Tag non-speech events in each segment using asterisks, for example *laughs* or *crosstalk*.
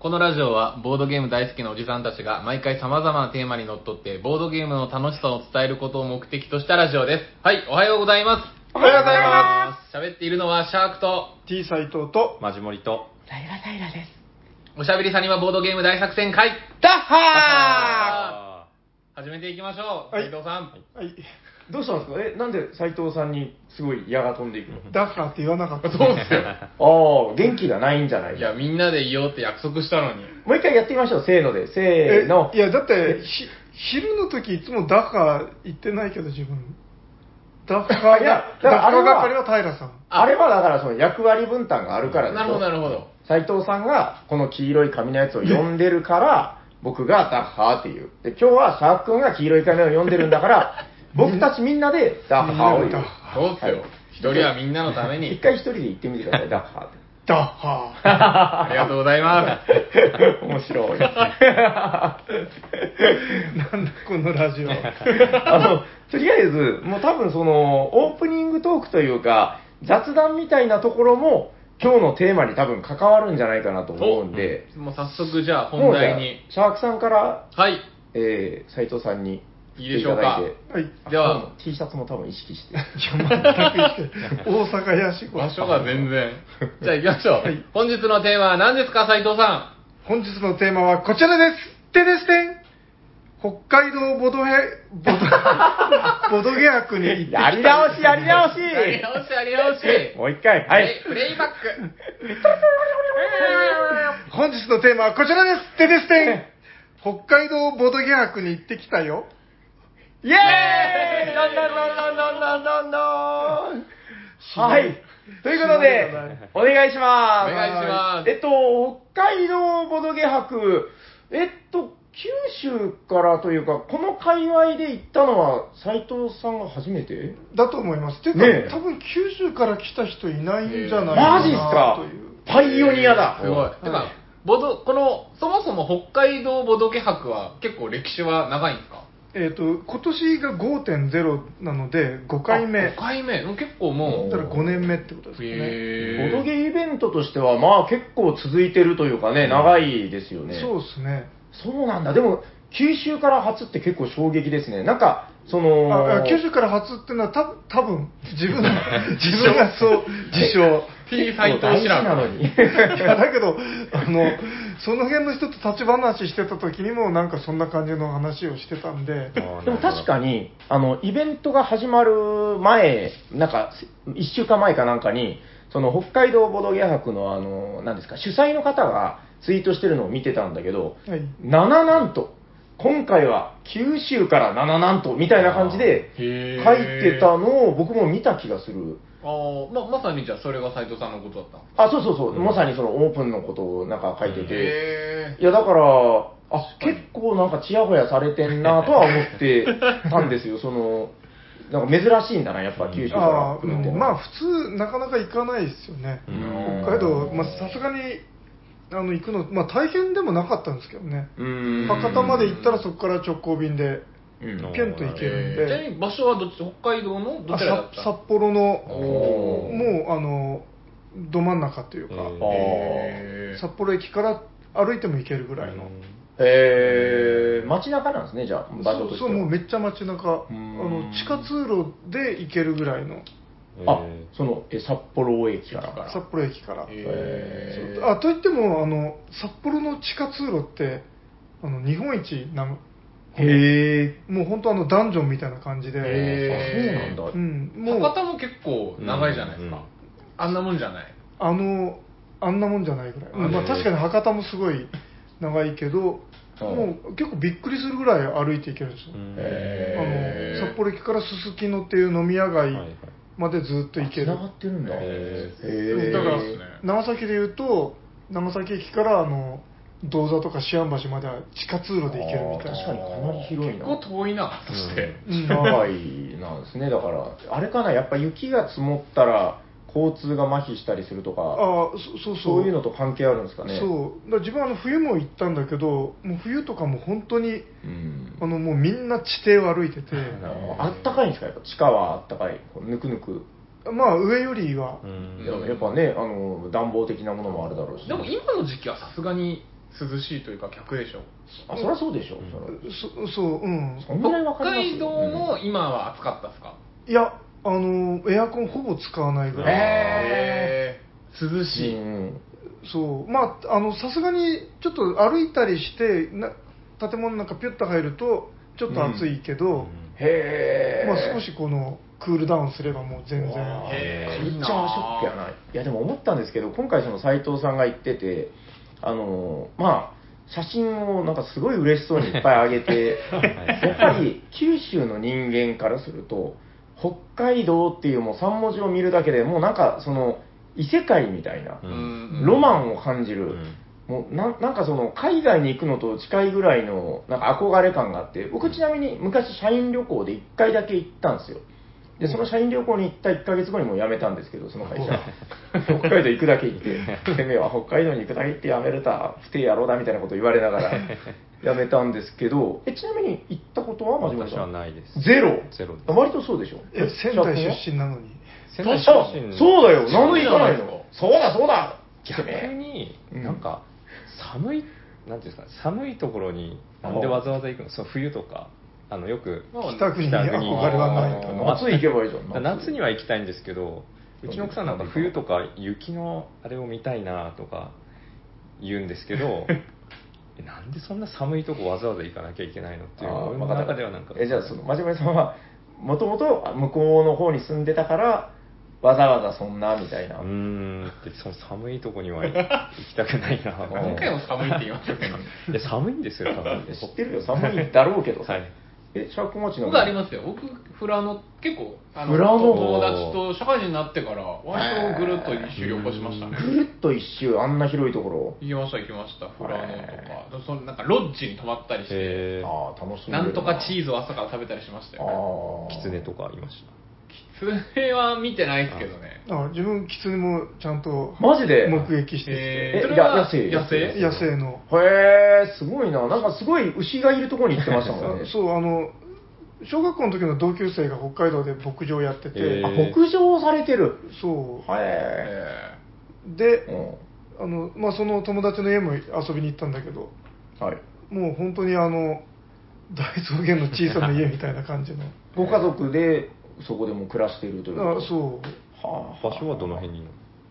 このラジオはボードゲーム大好きなおじさんたちが毎回様々なテーマにのっとってボードゲームの楽しさを伝えることを目的としたラジオです。はい、おはようございます。。おはようございます喋っているのはシャークと T 斎藤と、マジモリと。ライラライラです。おしゃべりさんにはボードゲーム大作戦会ダッハハあ始めていきましょう。は斉い藤さん。ーはい、どうしたんですかえ、なんで斎藤さんにすごい矢が飛んでいくのダッハーって言わなかった。そうっすよ。ああ、元気がないんじゃない *laughs* いや、みんなで言おうって約束したのに。もう一回やってみましょう、せーので。せえーの。いや、だって、ひ昼の時いつもダッハー言ってないけど、自分。ダッハーいやが、ダだかッらあハれーは係は平さん。あれはだからその役割分担があるからでしなょ。るほど、なるほど。斎藤さんがこの黄色い髪のやつを呼んでるから、僕がダッハーっていう。で、今日はシャーク君が黄色い髪を呼んでるんだから、僕たちみんなでダッハーを言う。そうっすよはい。一、人はみんなのため一に。回一人で言ってみてください、ダッハ *laughs* ーって。ダッハありがとうございます。面白い。 *laughs* ー。*laughs* なんだこの *laughs* ラジオ。あの、とりあえず、もう多分その、オープニングトークというか、雑談みたいなところも、今日のテーマに多分関わるんじゃないかなと *laughs* 思うんで、もう早速じゃあも本うじゃ題あに。シャークさんから、はい。えー、斉藤さんに、いいでしょうか来ていただいてはい。では、 T シャツも多分意識して。 *laughs* 大阪やしこ。場所が全然。 *laughs* じゃあ行きましょう。はい本日のテーマは何ですか、斉藤さ本日のテーマはこちらです。てですてん北海道ボドヘ、ボド、ボドゲ博に行ってきたやり直 *laughs* し、やり直しん。やり直し、やり直し。もう一回、はいプレイ。プレイバッ *laughs* ク。本日のテーマはこちらです。てですてん北海道ボドゲ博に行ってきたよ。イェーイどんどんどんどんどんどんどんはい。ということで、お願いしまおす。願いしますえっと、北海道ボドゲ博、えっと、九州からというか、この界隈で行ったのは、斎藤さんが初めてだと思います。てか、ねえ多分九州から来た人いないんじゃないかマジっすなかという。パイオニアだ。すごい。てか、ボド、この、そもそも北海道ボドゲ博は結構歴史は長いんですかえっ、と、今年が5.0なので、5回目。 5だか回目。うん結構もう。ら5年目ってことですね。へーボドゲイベントとしては、まあ結構続いてるというかね、長いですよね。そうですね。そうなんだ。でも、九州から初って結構衝撃ですね。なんか、そのああ、九州から初っていうのは、た多分自 *laughs* 分が、自分がそう、自称。 T 斎藤知らん。なのいに。やだけど、あの、その辺の人と立ち話してた時にも、なんかそんな感じの話をしてたんで、でも確かに、あの、イベントが始まる前、なんか、1週間前かなんかに、その、北海道ボドゲ博の、あの、何ですか、主催の方がツイートしてるのを見てたんだけど、はい。 7なんと、今回は九州から7なんと、みたいな感じで書へーいてたのを僕も見た気がする。あーままさにじゃあそれが斉藤さんのことだったんですかあ、そうそうそう、まさにそのオープンのことをなんか書いてて、へいや、だから、あ、結構なんかちやほやされてんなとは思ってたんで *laughs* すよ、その、なんか珍しいんだな、やっぱ九州からああ来うるっていうんのはまあ、普通、なかなか行かないですよね。うん北海道、まあ、さすがにあの行くの、まあ、大変でもなかったんですけどね、うん博多まで行ったらそこから直行便で、うんピュンと行けるんえちなみで、に場所はどっち北海道のどあちらだったさ札幌のおーもうあのど真ん中というか、うんへー札幌駅から歩いても行けるぐらいの、えー、街中なんですね、じゃあ、場そ所とうしてそうは。もうめっちゃ街中あうんの地下通路で行けるぐらいのあ、その、え札幌駅か駅からら。札幌駅から。へーあといってもあの札幌の地下通路ってあの日本一なのへもう本当あのダンジョンみたいな感じで、へーあそうなんだうん、もう博多も結構長いじゃないですか、うんうんあんなもんじゃないあのあんなもんじゃないぐらい、うんまあ、確かに博多もすごい長いけど、うんもう結構びっくりするぐらい歩いていけるんですよ、へーあの札幌駅からすすきのっていう飲み屋街までずっと行けつる、ながってるんだ。へへーだからいいっすね長崎でいうと長崎駅からあの銅座とか思案橋までは地下通路で行けるみたいあーな確かにかなり広い結な。構遠いなそして、うん長いなんですね、だから、あれかな、やっぱ雪が積もったら、交通が麻痺したりするとあか、ーそそうそうそういうのと関係あるんですかね。そうだから自分はあの冬も行ったんだけどもう冬とかも本当にうんあのもうみんな地底を歩いててあったかいんですか、やっぱ地下はあったかい、こうぬくぬく、まあ上よりはういんややっぱね、あの暖房的なものもあるだろうし、でも今の時期はさすがに涼しいというか客でしょあ、そりゃそうでしょ。そらそそううんそんぐらいわ北かりますよ海道も今は暑かったですか、いやあのエアコンほぼ使わないぐらい、へ涼うしい、んそうまああのさすがにちょっと歩いたりしてな建物の中ピュッと入るとちょっと暑いけど、へえ。まあ、少しこのクールダウンすればもう全然わあへーカルチャーショックやないいやでも思ったんですけど今回その斉藤さんが言っててあのーまあ写真をなんかすごい嬉しそうにいっぱい上げてやっぱり九州の人間からすると北海道っていうもう3文字を見るだけでもうなんかその異世界みたいなううんんロマンを感じうる、んもうななんかその海外に行くのと近いぐらいのなんか憧れ感があって僕ちなみに昔社員旅行で1回だけ行ったんですよでその社員旅行に行った1ヶ月後にもう辞めたんですけどその会社北海道行くだけ行っててめえは北海道に行くだけ行って辞めるた不定野郎だみたいなこと言われながら辞めたんですけどえちなみに行ったことは真面目私さはんないです。ゼロゼロですあ割とそうでしょえ仙台出身なのに仙あ台そ出身うだよなんで行かないそうなんのそうだそうだ逆に、なんか、寒い、なんていうんですかね、寒いところに、なんでわざわざ行くの、その冬とか、あのよく、まあ北国に憧れはないと北な国夏行けばいいじゃん夏には行きたいんですけど、うちの奥さんなんか冬とか雪のあれを見たいなとか言うんですけ *laughs* ど、えなんでそんな寒いとこわざわざ行かなきゃいけないのっていう、あー俺のわかった中ではなんか、えじゃあその真面目さんはもともと向こうの方に住んでたからわざわざそんなみたいな、うーんって、その寒いとこには行きたくないな何回も寒いって言いますよねいや、寒いんですよ、多分。知ってるよ寒いだろうけどさ、はい。えシャークマチの僕ありますよ僕フラノ結構あの富良野友達と社会人になってから割とぐるっと一周旅行しましたねぐるっと一周あんな広いところ行きました行きましたフラノとかそのなんかロッジに泊まったりしてえああ楽しみなんとかチズーズを朝から食べたりしましたあよー、あキツネとかいました。それは見てないですけどねあ自分キツネもちゃんとマジで目撃してえてーそえれはや野生野生野生のへえすごいななんかすごい牛がいるところに行ってましたもんねあそうあの小学校の時の同級生が北海道で牧場やってて、えあー牧場をされてるそへえうでえ、うんあのまあ、その友達の家も遊びに行ったんだけどはい、もう本当にあの大草原の小さな家みたいな感じ *laughs* のご家族でそこでもう暮らしているというあそう、はあ場所はどの辺にいる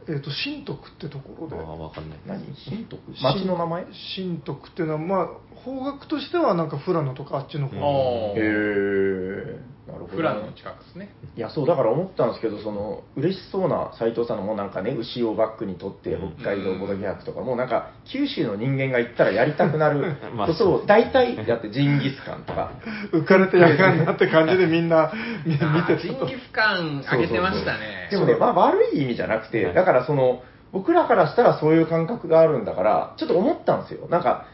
えー、と新徳ってところでのああ、わかんない。何新徳町の名前へ新徳っていうのは、まあ、方角としてはなんか富良野とかあっちの方、うんおえーなるほどフラノの近くですねいやそうだから思ったんですけどその嬉しそうな斎藤さんのもうなんかね牛をバックにとってうん北海道ボドゲ博とか、もうなんか九州の人間が行ったらやりたくなる *laughs* まあことを大体やってジンギスカンとか浮かれてやがんなって感じでみん *laughs* なみ見あーてジたンとギスカンあげてましたねでもね、まあ、悪い意味じゃなくて、はいだからその、僕らからしたらそういう感覚があるんだから、ちょっと思ったんですよ。なんか、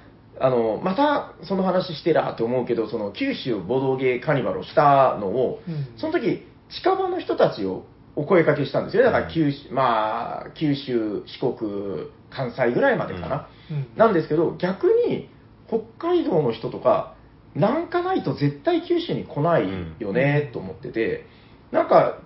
あの、またその話してらって思うけど、その九州ボドゲカニバルをしたのを、うんその時、近場の人たちをお声掛けしたんですよね。だから九州、まあ、九州、四国、関西ぐらいまでかな。うんなんですけど、逆に北海道の人とか、なんかないと絶対九州に来ないよね、と思ってて、なんか、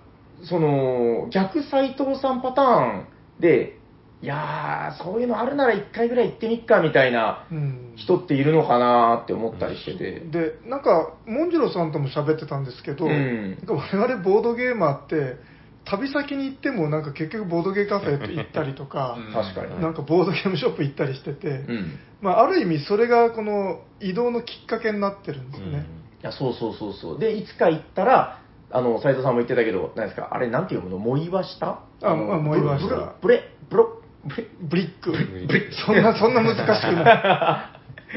その、逆斎藤さんパターンで、いやー、そういうのあるなら一回ぐらい行ってみっか、みたいなうん人っているのかなーって思ったりしてて。でなんかモンジロさんとも喋ってたんですけど、うんなんか我々ボードゲーマーって旅先に行ってもなんか結局ボードゲーカフェ行ったりと *laughs* か、うん確かに。なんかボードゲームショップ行ったりしてて、うん。まあ、ある意味それがこの移動のきっかけになってるんですよね、いや、そうそうそうそう。で、いつか行ったら、あの、斎藤さんも言ってたけど、何ですか、あれ、なんて読むの藻岩下あのあ藻岩下ブレ、ブロ、ブレ、ブリックんそんなそんな難しく *laughs* ない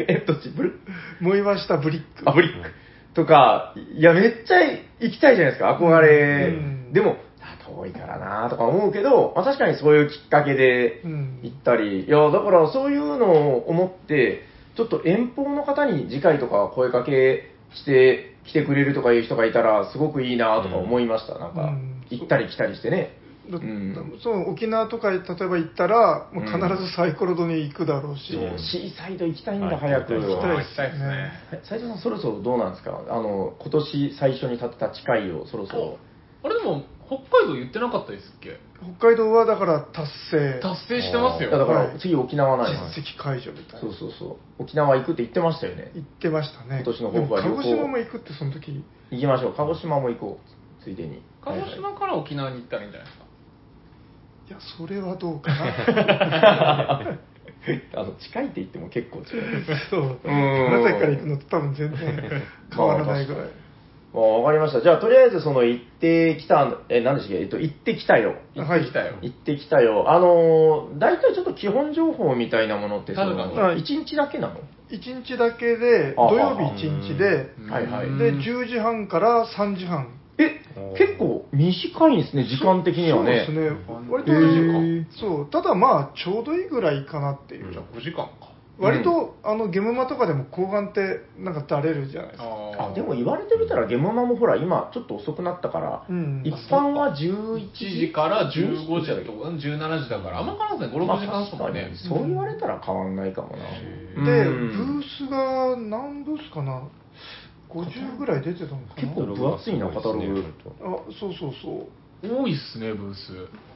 えっと、ブル思いましたブリックあ、ブリック。とか、いや、めっちゃ行きたいじゃないですか、憧れ。うんでも、あ遠いからなとか思うけど、まあ、確かにそういうきっかけでうん行ったり、いや、だからそういうのを思って、ちょっと遠方の方に次回とか声かけして来てくれるとかいう人がいたら、すごくいいなとか思いました、なんうかん、行ったり来たりしてね。だうんそう沖縄とか例えば行ったら、もううん必ずサイコロドに行くだろうし、そうんシーサイド行きたいんはだ、い早く。行きあー行きたいですね斉藤さん、そろそろどうなんですかあの、今年最初に立てた誓いをそろそろ。あれでも北海道言ってなかったですっけ北海道はだから達成達成してますだよかはらい次沖縄なんよ実績解除みたいなそうそうそう沖縄行くって言ってましたよね言ってましたね今年の抱負はでも鹿児旅行島も行くってその時行きましょう鹿児島も行こうついでに鹿児島から沖縄に行ったらいいんじゃないですかいやそれはどうか *laughs* なあの近いって言っても結構近いそううん長崎から行くのと多分全然変わらないぐらいあわかりましたじゃあとりあえずその行ってきたえ何でしたっけ、えっと、行ってきたよまあ行ってきたよ、行ってきたよあのー大体ちょっと基本情報みたいなものってそただだのね1日だけなの1日だけであ土曜日1日でうんはいはいうんで10時半から3時半えおー結構短いんですね時間的にはねそうですね割とへー短いそうただまあちょうどいいぐらいかなっていうじゃあ5時間か割とあのゲムマとかでも後半ってなんかだれるじゃないですかああでも言われてみたらゲムマもほら今ちょっと遅くなったから、うん一般は11 1時から15時だとうん17時だからあんま変わらないですね56時間ですもんまあね確かにそう言われたら変わんないかもなへでうブんースが何ブースかな50ぐらい出てたのかな結構分厚いなカタログあそうそうそ多いっすねブース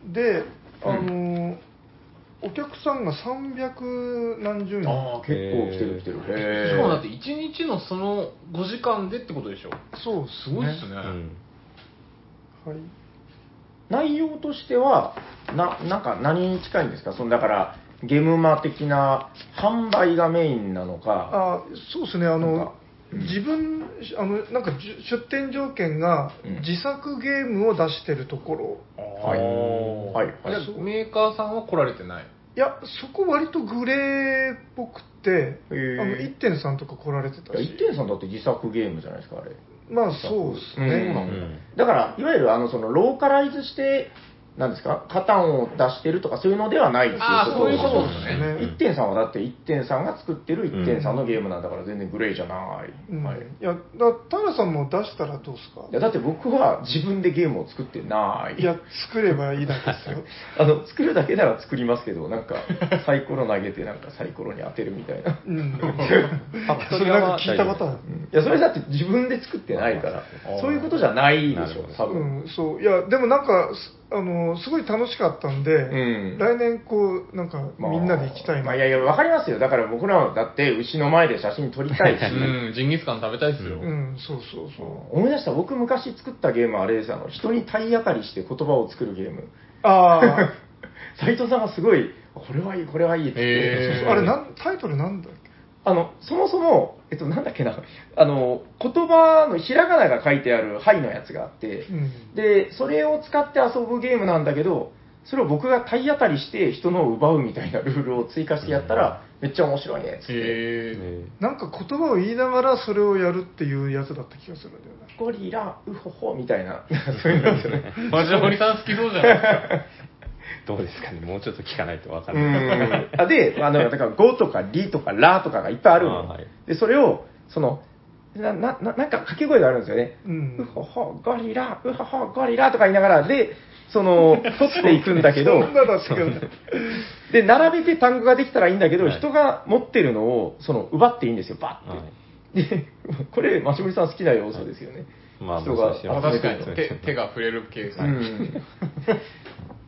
うであのーお客さんが300何十人あ結構来てる来てるへしーかもだって1日のその5時間でってことでしょそうっすごいっすねううんんはい内容としてはななんか何に近いんですかそのだからゲムマ的な販売がメインなのあかそうですねあなんかの、うん自分あのなんかじゅ出店条件がうん自作ゲームを出してるところ、はいはいじゃあはいメーカーさんは来られてないいやそこ割とグレーっぽくてあへのー1.3とか来られてたし一点さんだって自作ゲームじゃないですかあれまあそうですね、うんうんだからいわゆるあのそのローカライズしてなんですかカタンを出してるとかそういうのではないっていうあーことそういうことでですすねね1.3はだって1.3が作ってる1.3のゲームなんだから全然グレーじゃない、うんはい、いい、やだタラさんも出したらどうですかやだって僕は自分でゲームを作ってないいや作ればいいだけ *laughs* ですよあの作るだけなら作りますけどなんかサイコロ投げてなんかサイコロに当てるみたいな、うんあそれなんか聞いたことあるうんいやそれだって自分で作ってないからあーそういうことじゃないでしなるょほど多分、うん、そういやでもなんかすあのすごい楽しかったんで、ん来年こうなんかみんなで行きたいな、まあ、いやいや、わかりますよ。だから僕らはだって牛の前で写真撮りたいし。うんジンギスカン食べたいっすよ、うんそうそうそうそう思い出した、僕昔作ったゲームはあれです。あの、人に体当たりして言葉を作るゲーム。ああ斉藤さんがすごい、これはいい、これはいいっつって。へー *laughs* あれなんタイトルなんだっけあの、そもそも、えっと、なんだっけな、あの、言葉のひらがなが書いてある牌のやつがあって、うんで、それを使って遊ぶゲームなんだけど、それを僕が体当たりして人のを奪うみたいなルールを追加してやったら、めっちゃ面白いねっつって。へえなんか言葉を言いながらそれをやるっていうやつだった気がするんだよねゴリラ、ウホホみたいな、そういうのですよね。マジで堀さん好きそうじゃないですかどうですかねもうちょっと聞かないとわかんうないんあで、あの、だから、ゴとかリとかラとかがいっぱいあるのあーはいで、それを、その、な、な、ななんか掛け声があるんですよね。うんウホホ、ゴリラ、ウホホ、ゴリラとか言いながら、で、その、取っていくんだけどそん、なだったけどで、並べて単語ができたらいいんだけど、はい人が持ってるのを、その、奪っていいんですよ、バッて。はいで、これ、マシモリさん好きな要素ですよね。まあ人そうがです集よまあめ確てかるにの手手が触れるケース、うん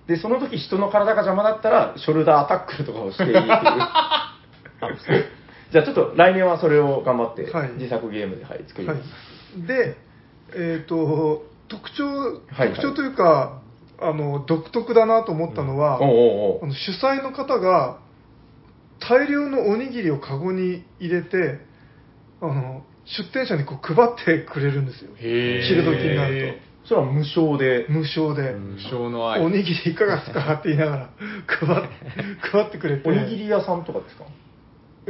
で、その時人の体が邪魔だったら、ショルダータックルとかをしていいっていう。あそうじゃあちょっと来年はそれを頑張ってはい、自作ゲームで、はい、作りはます。い、で、えー、と特徴はいはい特徴というか、あの独特だなと思ったのは、おうおうおあうの主催の方が大量のおにぎりをカゴに入れてあの出店者にこう配ってくれるんですよへえ昼時になるそれは無償でと。無償で、無償の愛おにぎりいかがですかって言いながら配って配ってくれておにぎり屋さんとかですか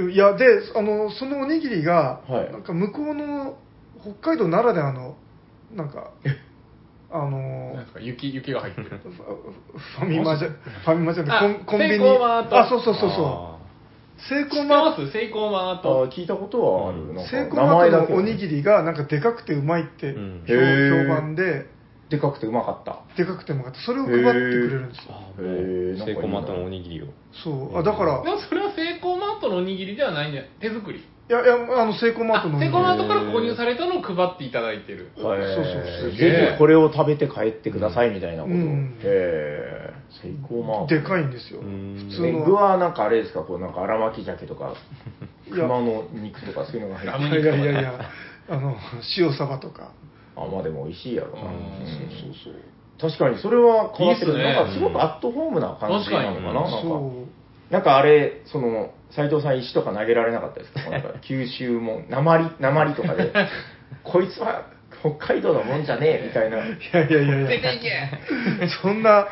いやであのそのおにぎりが、はいなんか向こうの北海道ならではのなんかあのなんですか雪雪が入ってるファファミマじゃファミマじゃなあいコンコンビニセイコーマートあそうそうそうそうセ知イコっーてマーますセイコーマーあト聞いたことはある。なんかセイコーマー名前だトけのおにぎりがなんかでかくてうまいってうん評へー評判ででかくてうまかった。でかくてうまかったそれを配ってくれるんですよあへーーセイコーマートのおにぎりをそうあだからでもそれはセイコーマートトのおにぎりではないんじゃない手作りいやいやあのセイコーマートのおにセぎりコマートから購入されたのを配っていただいてるはいそうそうそうぜひこれを食べて帰ってくださいみたいなこと。うんへえ。セイコーマート。でかいんですようん普通えの具はなんかあれですか、こうなんか荒巻き鮭とか、 *laughs* いや熊の肉とかそういうのが入ラっムてい肉やといかやいやいやあの塩サバとかあ、まあでも美味しいやろな。うんそうそうそう。確かにそれは変わってる。いいっすねなんかすごくアットホームな感じなのかな。うんなんかそうなんかあれ、その、斎藤さん石とか投げられなかったですかなんか *laughs* 九州も、鉛、鉛と *laughs* かで、こいつは北海道のもんじゃねえみたいな。いやいやいやいや出ていけそんな、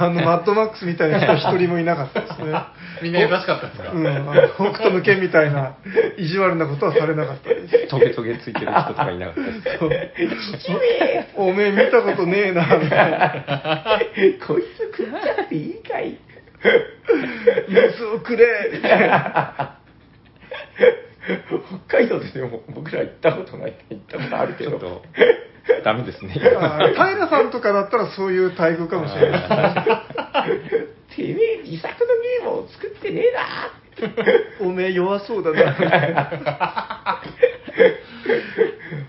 あの、マッドマックスみたいな人一人もいなかったですね。みんな優しかったですか、うん、あの北斗の剣みたいな意地悪なことはされなかったです。トゲトゲついてる人とかいなかったですおめえ見たことねえな、みたいな。こいつ食っちゃっていいかい水をくれみたいな。北海道ででも僕ら行ったことない行ったことあるけちょっどとダメですねあ平さんとかだったらそういう待遇かもしれないですね。てめえ自作のゲームを作ってねえなおめえ弱そうだな。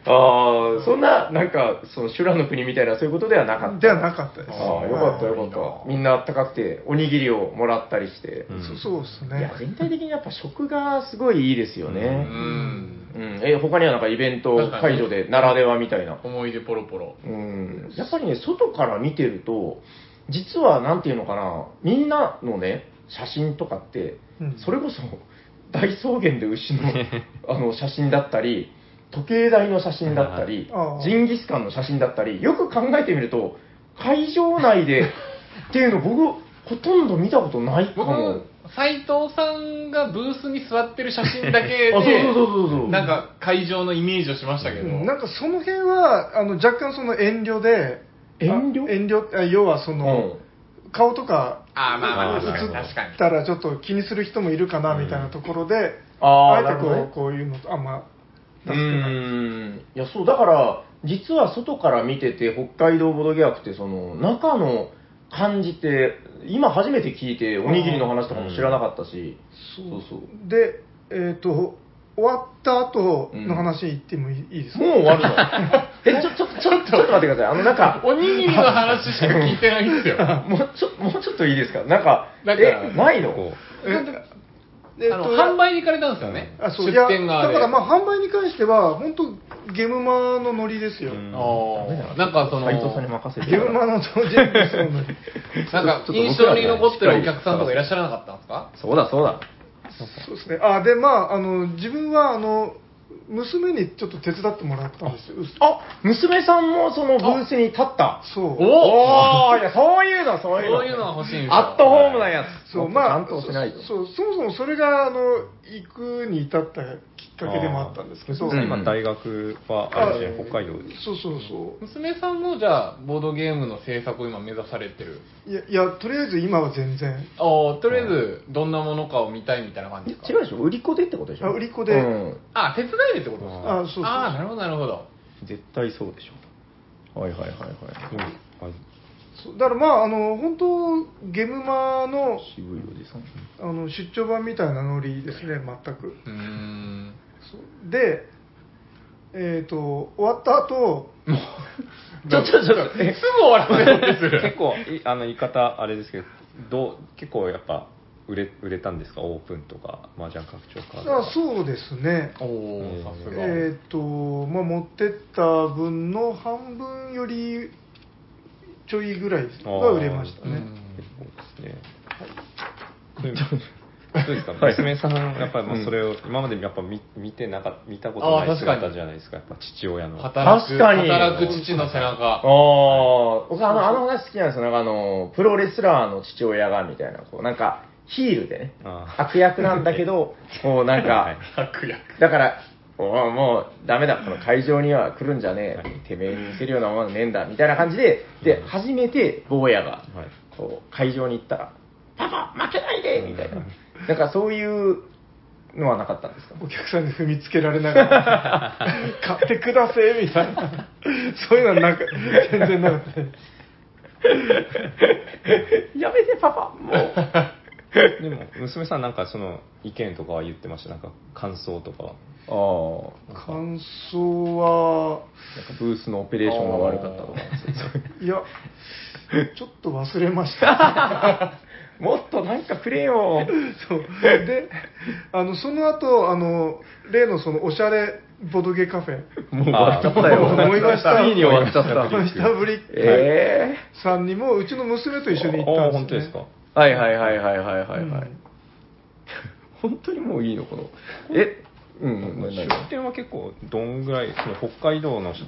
ああそんななんかその修羅の国みたいなそういうことではなかったではなかったです。ああよかったよかったみんなあったかくておにぎりをもらったりして、うんそそうですいねや。全体的にやっぱ食がすごいいいですようね、んうんえ他にはなんかイベント会場でならではみたいな思い出ポロポロうんやっぱりね、外から見てると、実はなんていうのかな、みんなのね、写真とかって、うんそれこそ大草原で牛のあの写真だったり、時計台の写真だったりああ、ジンギスカンの写真だったり、よく考えてみると、会場内でっていうの、僕、ほとんど見たことないか僕も。斎藤さんがブースに座ってる写真だけあでそうそうそうそうそうなんか会場のイメージをしましたけうど、んなんかその辺は、あの、若干その遠慮で、遠慮あ遠慮あ要はそうのん、顔とかああまあまああー確かに映っ確かにたらちょっと気にする人もいるかなみたいなところで、あーあえてこう,、なるほどねこういうのあんまう出してない、んいやそうだから実は外から見てて北海道ボドゲアクってその中の感じって今初めて聞いておにぎりの話とかも知らなかったし、そうそうでえっ、と終わった後の話に行ってもいい,、ですかもう終わるのえちょちょちょちょっと待ってくださいあのなんかおにぎりの話しか聞いてないんですよあもうちょもうちょっといいですかなんかなんかえないのこええっの販売に行かれたんですよねあそう出いや店側でだからまあ販売に関しては本当ゲムマのノリですよ、うんあダメだーなんかその斉藤さんに任せてゲムマの人物の *laughs* ノリなんか印象に残ってるお客さんとかいらっしゃらなかったんですかそうだそうだそうですねあでまああの自分はあの娘にちょっと手伝ってもらったんですよあ娘さんもそのブースに立ったそうおおーいやそういうのそういうのそういうのは欲しいんですよアットホームなやつそうまあ担当しないとそうそうそもそもそれがあの行くに至ったきっかけでもあったんですけどあーうん今大学はあれですね北海道でそうそうそ娘さんもじゃあボードゲームの制作を今目指されてるういやいやとりあえず今は全然ああとりあえずどんなものかを見たいみたいな感じですか違うでしょ売り子でってことでしょあ売り子でうんあ手伝いでってことですかあそうそうあーなるほどなるほど絶対そうでしはいはいはいはいょもうあそうだからまああの本当ゲムマの渋いおじさんあの出張版みたいなノリですね全くうーんそうでえっ、と終わった後ちょちょちょすぐ終わらせようってする *laughs* *laughs* 結構いあの言い方あれですけどどう結構やっぱ売れ売れたんですかオープンとか麻雀拡張カードとあかそうですねおおさすが、えっ、と、まあ、持ってった分の半分よりちょいぐらいですあがー売れましたうね、ん結構ですねそういうそうですか娘さん、やっぱりまあそれを、今までやっぱ見見てなか見たことなあーい確かに姿じゃないですか、やっぱ父親の。働く確かに働く父の背中ああ僕あのあの話好きなんですよなんかあのプロレスラーの父親がみたいなこうなんかヒールでねあー悪役なんだけどこうなんはかい悪役だからおいもうダメだこの会場には来るんじゃねえてめえに見せるようなものはねえんだみたいな感じでで初めて坊やがはいこう会場に行ったら「パパ負けないで!」みたいななんかそういうのはなかったんですかお客さんに踏みつけられながら *laughs* 買ってくださいみたいなそういうのはなんか全然なかったです *laughs* やめてパパもうでも、娘さんなんかその意見とかは言ってました、なんか感想とかは。あーなんか感想は、なんかブースのオペレーションが悪かったとか。いや、ちょっと忘れました。もっとなんかくれよ。そうで、あの、その後、あの、例のそのおしゃれボドゲカフェ、もう終わっちゃったあよ。ー思い出したついに終わっちゃあのっ下振りた。えさんにも、うちの娘と一緒に行ったんです、ね。あー本当ですか。ー。はいはいはいはいはいはいうんはい。本当にもういいのこの。え、うん、何出店は結構どんぐらい、その北海道のブース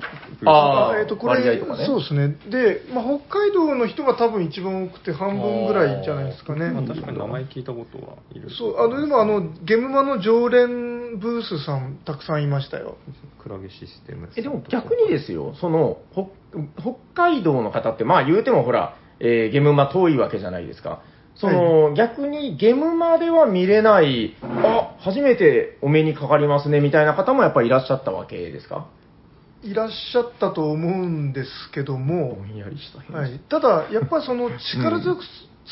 ああえっと、これ、割合とかねそうですね。で、まあ、北海道の人が多分一番多くて、半分ぐらいじゃないですかねま。あ確かに名前聞いたことはいる。そう、あの、でも、あの、ゲムマの常連ブースさん、たくさんいましたよ。クラゲシステム。えでも逆にですよ、そのほ北海道の方って、まあ言うてもほら、えーゲムマ遠いわけじゃないですか、その、逆にゲムマでは見れない、あ初めてお目にかかりますねみたいな方もやっぱりいらっしゃったわけですか、いらっしゃったと思うんですけどぼも、んやりした返は事い、ただ、やっぱりその、力強く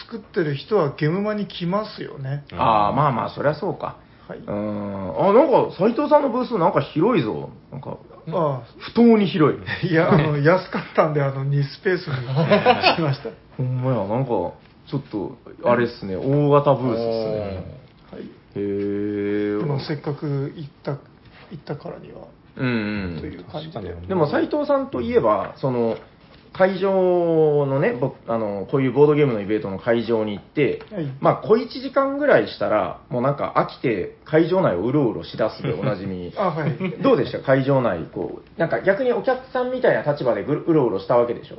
作ってる人はゲムマに来ますよね。ああ、まあまあ、そりゃそうか、はい。うーん、あなんか斎藤さんのブース、なんか広いぞ、なんかあ不当に広い、あ、 *laughs* いや、あの、安かったんで、あの、2スペースにしま *laughs* した。ほんまや、なんかちょっと、あれっすね、大型ブーはい。スっすね。へでえ。もせっかく行った、行ったからには、うんとうんいう感じ確でか。にでも斉藤さんといえば、その会場のね、僕あの、こういうボードゲームのイベントの会場に行って、はい。まあ、小1時間ぐらいしたら、もうなんか飽きて、会場内をうろうろしだ *laughs*、すでおなじみあ、はい。どうでした、会場内、こう、なんか逆にお客さんみたいな立場でぐるうろうろしたわけでしょ、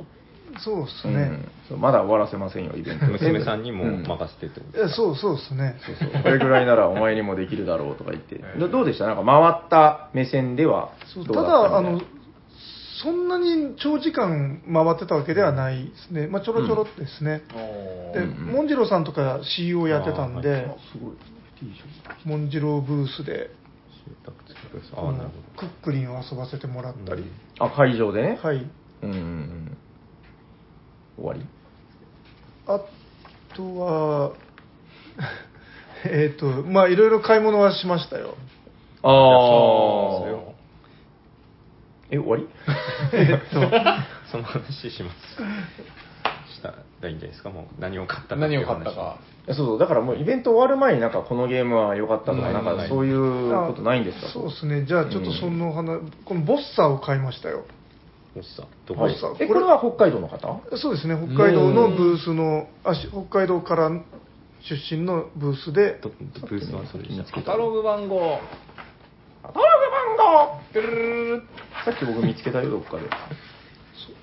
そうですうねん。そうまだ終わらせませんよ、イベント。 *laughs* 娘さんにもうん任せてってことえそうそうですね。そうそう *laughs* これぐらいならお前にもできるだろうとか言って、どどうでした、なんか回った目線ではそうどうたっただ、あみいなの、そんなに長時間回ってたわけではないですね。まあ、ちょろちょろですね。おで、ーうんモンジローさんとか CEO やってたんで、あーはすごい、T シャツモンジローブースで、ですあああ、のなるほど。クックリンを遊ばせてもらったり、あ、会場でね。はい。うんうんうん。終わりあとは、 *laughs* えっと、まあ、いろいろ買い物はしましたよ。あそうなんですよ。え、終わりその話します。したらいいんじゃないですか、もう何を買ったかって何いうを話買ったか。 *laughs* そうそう、だからもうイベント終わる前になんかこのゲームは良かったとなか、いなんかないそういうことないんですかあそうですね。じゃあ、ちょっとその話、このボッサーを買いましたよ。おっさん、どこはでいすか、え、これは北海道の方そうですね、北海道のブースの、あし北海道から出身のブースで、どブースはそれでしたカタログ番号。カタログ番号さっき僕見つけたよ、どっかで。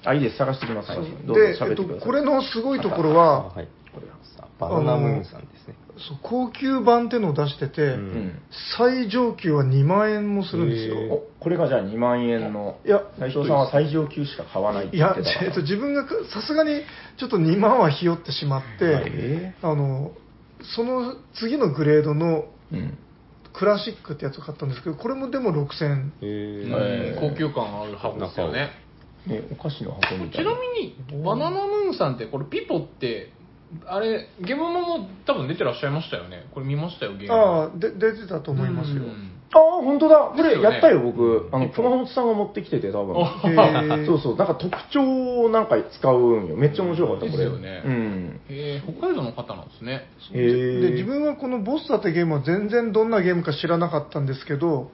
あ、いいです、探してきます。そうどうぞで、え喋っってとください。これのすごいところあは、はい。これはさ、バナナムーンさんですね。そう高級版っていうのを出してて、ううんん。最上級は2万円もするんですへよ。お、これがじゃあ2万円の。いや斉藤さんは最上級しか買わないってい言やってたか、ら。えっと、自分がさすがにちょっと2万はひよってしまって、えあのその次のグレードのーうん。クラシックってやつを買ったんですけど、これもでも6000うへーん高級感ある箱ですよね。ね、お菓子の箱みちたいなみに、バナナムーンさんって、これピポって、あれ、ゲームもも多分出てらっしゃいましたよね。これ見ましたよ、ゲーム。ああ、で出てたと思いますよ。うんああ、本当だ。こでれすよねやったよ、僕。あの、熊本さんが持ってきてて、多あ分。へー *laughs* そうそう。なんか特徴をなんか使うんよ。めっちゃ面白かった、でこすれ。よねうん。へえ北海道の方なんですね。へで自ー分はこの「ボッサー」ってゲームは全然どんなゲームか知らなかったんですけど、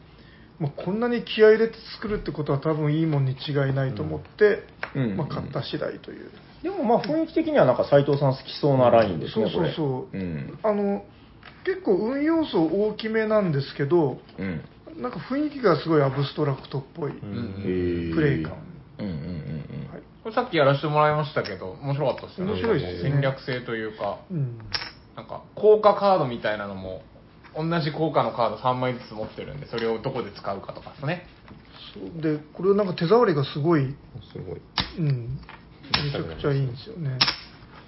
まあ、こんなに気合い入れて作るってことは多分いいもんに違いないと思って、うんまあ、買った次第という、でもまあ雰囲気的にはなんか斎藤さん好きそうなラインですね、そうそうそうこれうん。あの結構運要素大きめなんですけどうん。なんか雰囲気がすごいアブストラクトっぽい、うんへんープレイ感。うんうんうんうん。はいこれさっきやらせてもらいましたけど、面白かったですよね。面白いですね戦略性というか、うん、なんか、効果カードみたいなのも、同じ効果のカード3枚ずつ持ってるんで、それをどこで使うかとかですね。そうでこれなんか手触りがすごい、すごい。うん、めちゃくちゃいいんですよね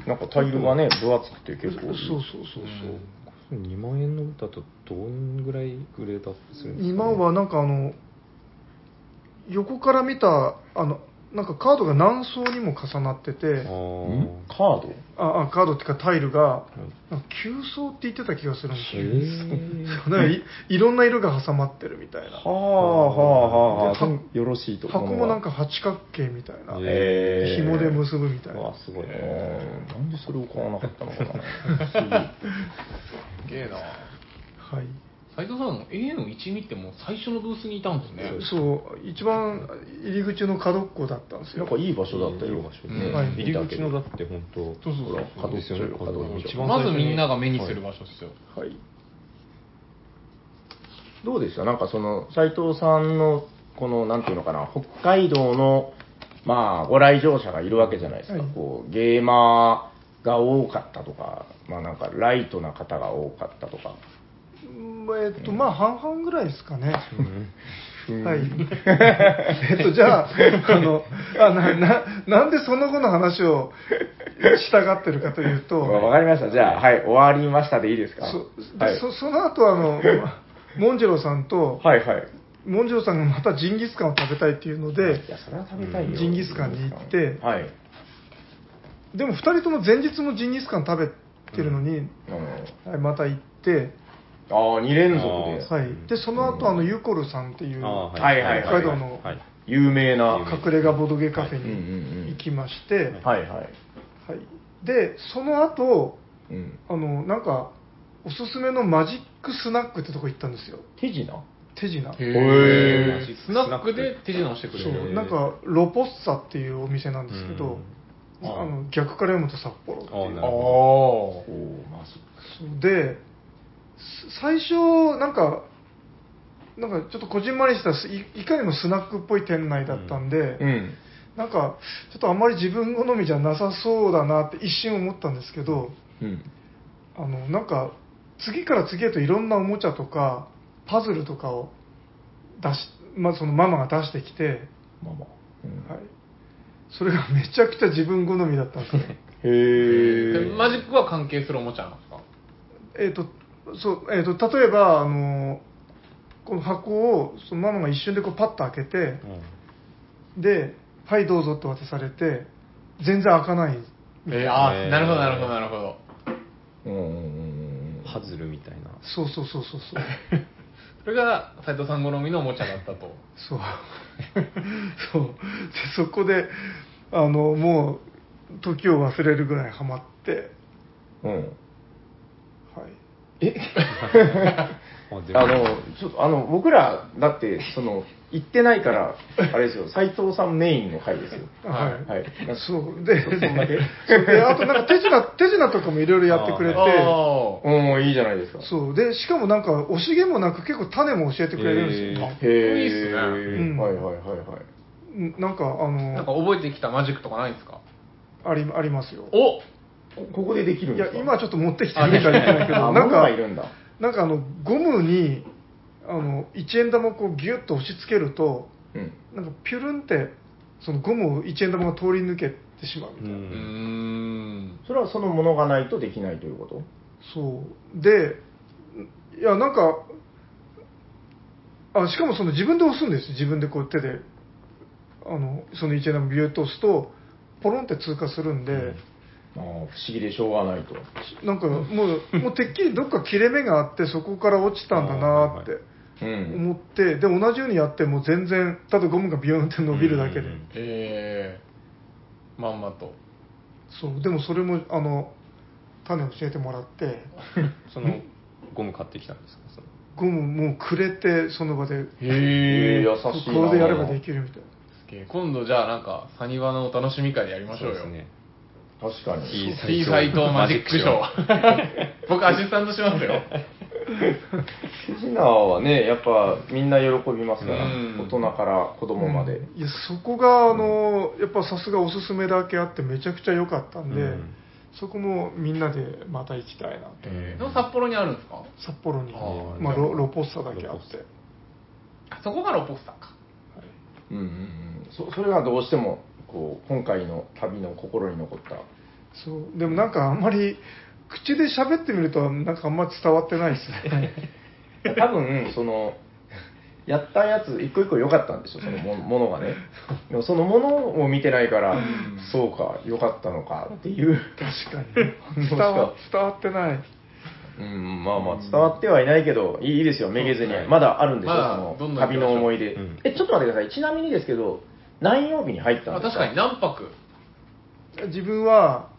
なんかタイルがね、分厚くて結構いい。そうそうそうそう、 2万円のだとどんぐらいグレードアップするんですか、今はなんかあの横から見たあのなんかカードが何層にも重なっててあんカーードああカードっていうかタイルがなんか9層って言ってた気がするんですよへなんかいいろんな色が挟まってるみたいなはあはあはあではあよろしいと箱もなんか八角形みたいな、えー紐で結ぶみたいなわすごいななんでそれを買わなかったのか *laughs* なすげえなはい斉藤さんも A の一味ってもう最初のブースにいたんですねそう一番入り口の角っこだったんですなよんかいい場所だったよねはい入り口のだって本当そうそうそうほら角っちょよ角っちょ一番まず最初にみんなが目にする場所ですよ、はいどうでしたなんかその、斎藤さんの、この、なんていうのかな、北海道の、まあ、ご来場者がいるわけじゃないですか。はいこう、ゲーマーが多かったとか、まあなんか、ライトな方が多かったとか。うんえっとまあ半々ぐらいですかね、うん *laughs* はいえっとじゃああのあなななんでその後の話をしたがってるかというとわかりました。じゃあ、はい、終わりましたでいいですかそではいそその後あのモンジェロさんと、はいはい。モンジェロさんがまたジンギスカンを食べたいっていうのでいや、それは食べたいよ。ジンギスカンに行ってはい。でも2人とも前日もジンギスカン食べてるのに、はいまた行って、あのあー、2連続あーで。はい、でその後あのユコルさんっていうあーはいはいはい北海道のはい有名な。は隠れ家ボドゲカフェうんうんうんに行きまして、はいいはい。でその後うん。あのなんかおすすめのマジックスナックってとこ行ったんですよ手品手品へへえースナックで手品をしてくれそるうなんかロポッサっていうお店なんですけど、うんあーあの逆から読むと札幌ってあいーうなあるあほおーマジそうです最初なんかなんかちょっとこじんまりしたすいいかにもスナックっぽい店内だったんで、うん。なんかちょっとあんまり自分好みじゃなさそうだなって一瞬思ったんですけどうん。あのなんか次から次へといろんなおもちゃとかパズルとかを出し、まあ、そのママが出してきて、まあまあ。うんはい、それがめちゃくちゃ自分好みだったんですよへでーマジックは関係するおもちゃなんですかえっとそう、えー、と例えばあのこの箱をそのママが一瞬でこうパッと開けてどうんで「はいどうぞ」って渡されて全然開かないえー、あえーーなるほどなるほどなるほどうんうんうんうん。パズルみたいなそうそうそうそうそうそれが斉藤さん好みのおもちゃだった *laughs* とそう *laughs* そうでそこであのもう時を忘れるぐらいハマってうん。はいえあでもあの、ちょっと、あの、僕ら、だって、その、行ってない *laughs* から、あれですよ、斎藤さんメインの回ですよ。はい、はい。そうでそんだけ *laughs* そうであとなんか手品手品とかもいろいろやってくれてああうん、いいじゃないですか。そうでしかもなんか惜しげもなく結構種も教えてくれるんですよ、へへいいっすねうんはいはいはいはい。うんなんかあのなんか覚えてきたマジックとかないんですかありありますよおこここでできるんいでやすか今ちょっと持ってきてみたいけないけどあ、なん物かがいるんだ。なんかあのゴムにあの1円玉をこうギュッと押し付けるとうん。なんかピュルンってそのゴムを1円玉が通り抜けてしまうみたいな、ううんーんそれはそのものがないとできないということそうでいやなんかあしかもその自分で押すんですよ自分でこう手であのその1円玉をビューッと押すとポロンって通過するんで、うんああ、不思議でしょうがないと。なんかもうもうてっきりどっか切れ目があってそこから落ちたんだなーってうん。思って、で同じようにやっても全然ただゴムがビヨーンって伸びるだけで、うんええまんまとそうでもそれもあの種教えてもらってそのゴム買ってきたんですかそのゴムもうくれてその場でへえ、優えこしいな。こでやればできるみたいな今度じゃあなんかサニバのお楽しみ会でやりましょうよそうですね確かに。いいいい斎藤マジックショー僕アシスタントしますよ手品はね、やっぱみんな喜びますから、うん大人から子供まで。いやそこがあの、やっぱさすがおすすめだけあってめちゃくちゃ良かったんで、うんそこもみんなでまた行きたいなとでも札幌にあるんですか札幌にあーまあ、じゃあロロポッサだけあっロポッてサあそこがロポスターかうんうんうん、そそれがどうしてもこう今回の旅の心に残ったそうでもなんかあんまり口で *laughs* 喋ってみるとなんかあんまり伝わってないですね多分そのやったやつ、一個一個良かったんですよ、そのもものがね。でもそのものを見てないから、そうか、良かったのかっていう。 *laughs* 確かに伝わ伝わってないうん、まあまあ伝わってはいないけど、いいいいですよ、めげずにはい。まだあるんでしょ、まだそどんのどん行き旅ましょうの思い出、うんえ、ちょっと待ってください。ちなみにですけど、何曜日に入ったあんで確すかかに何泊自分は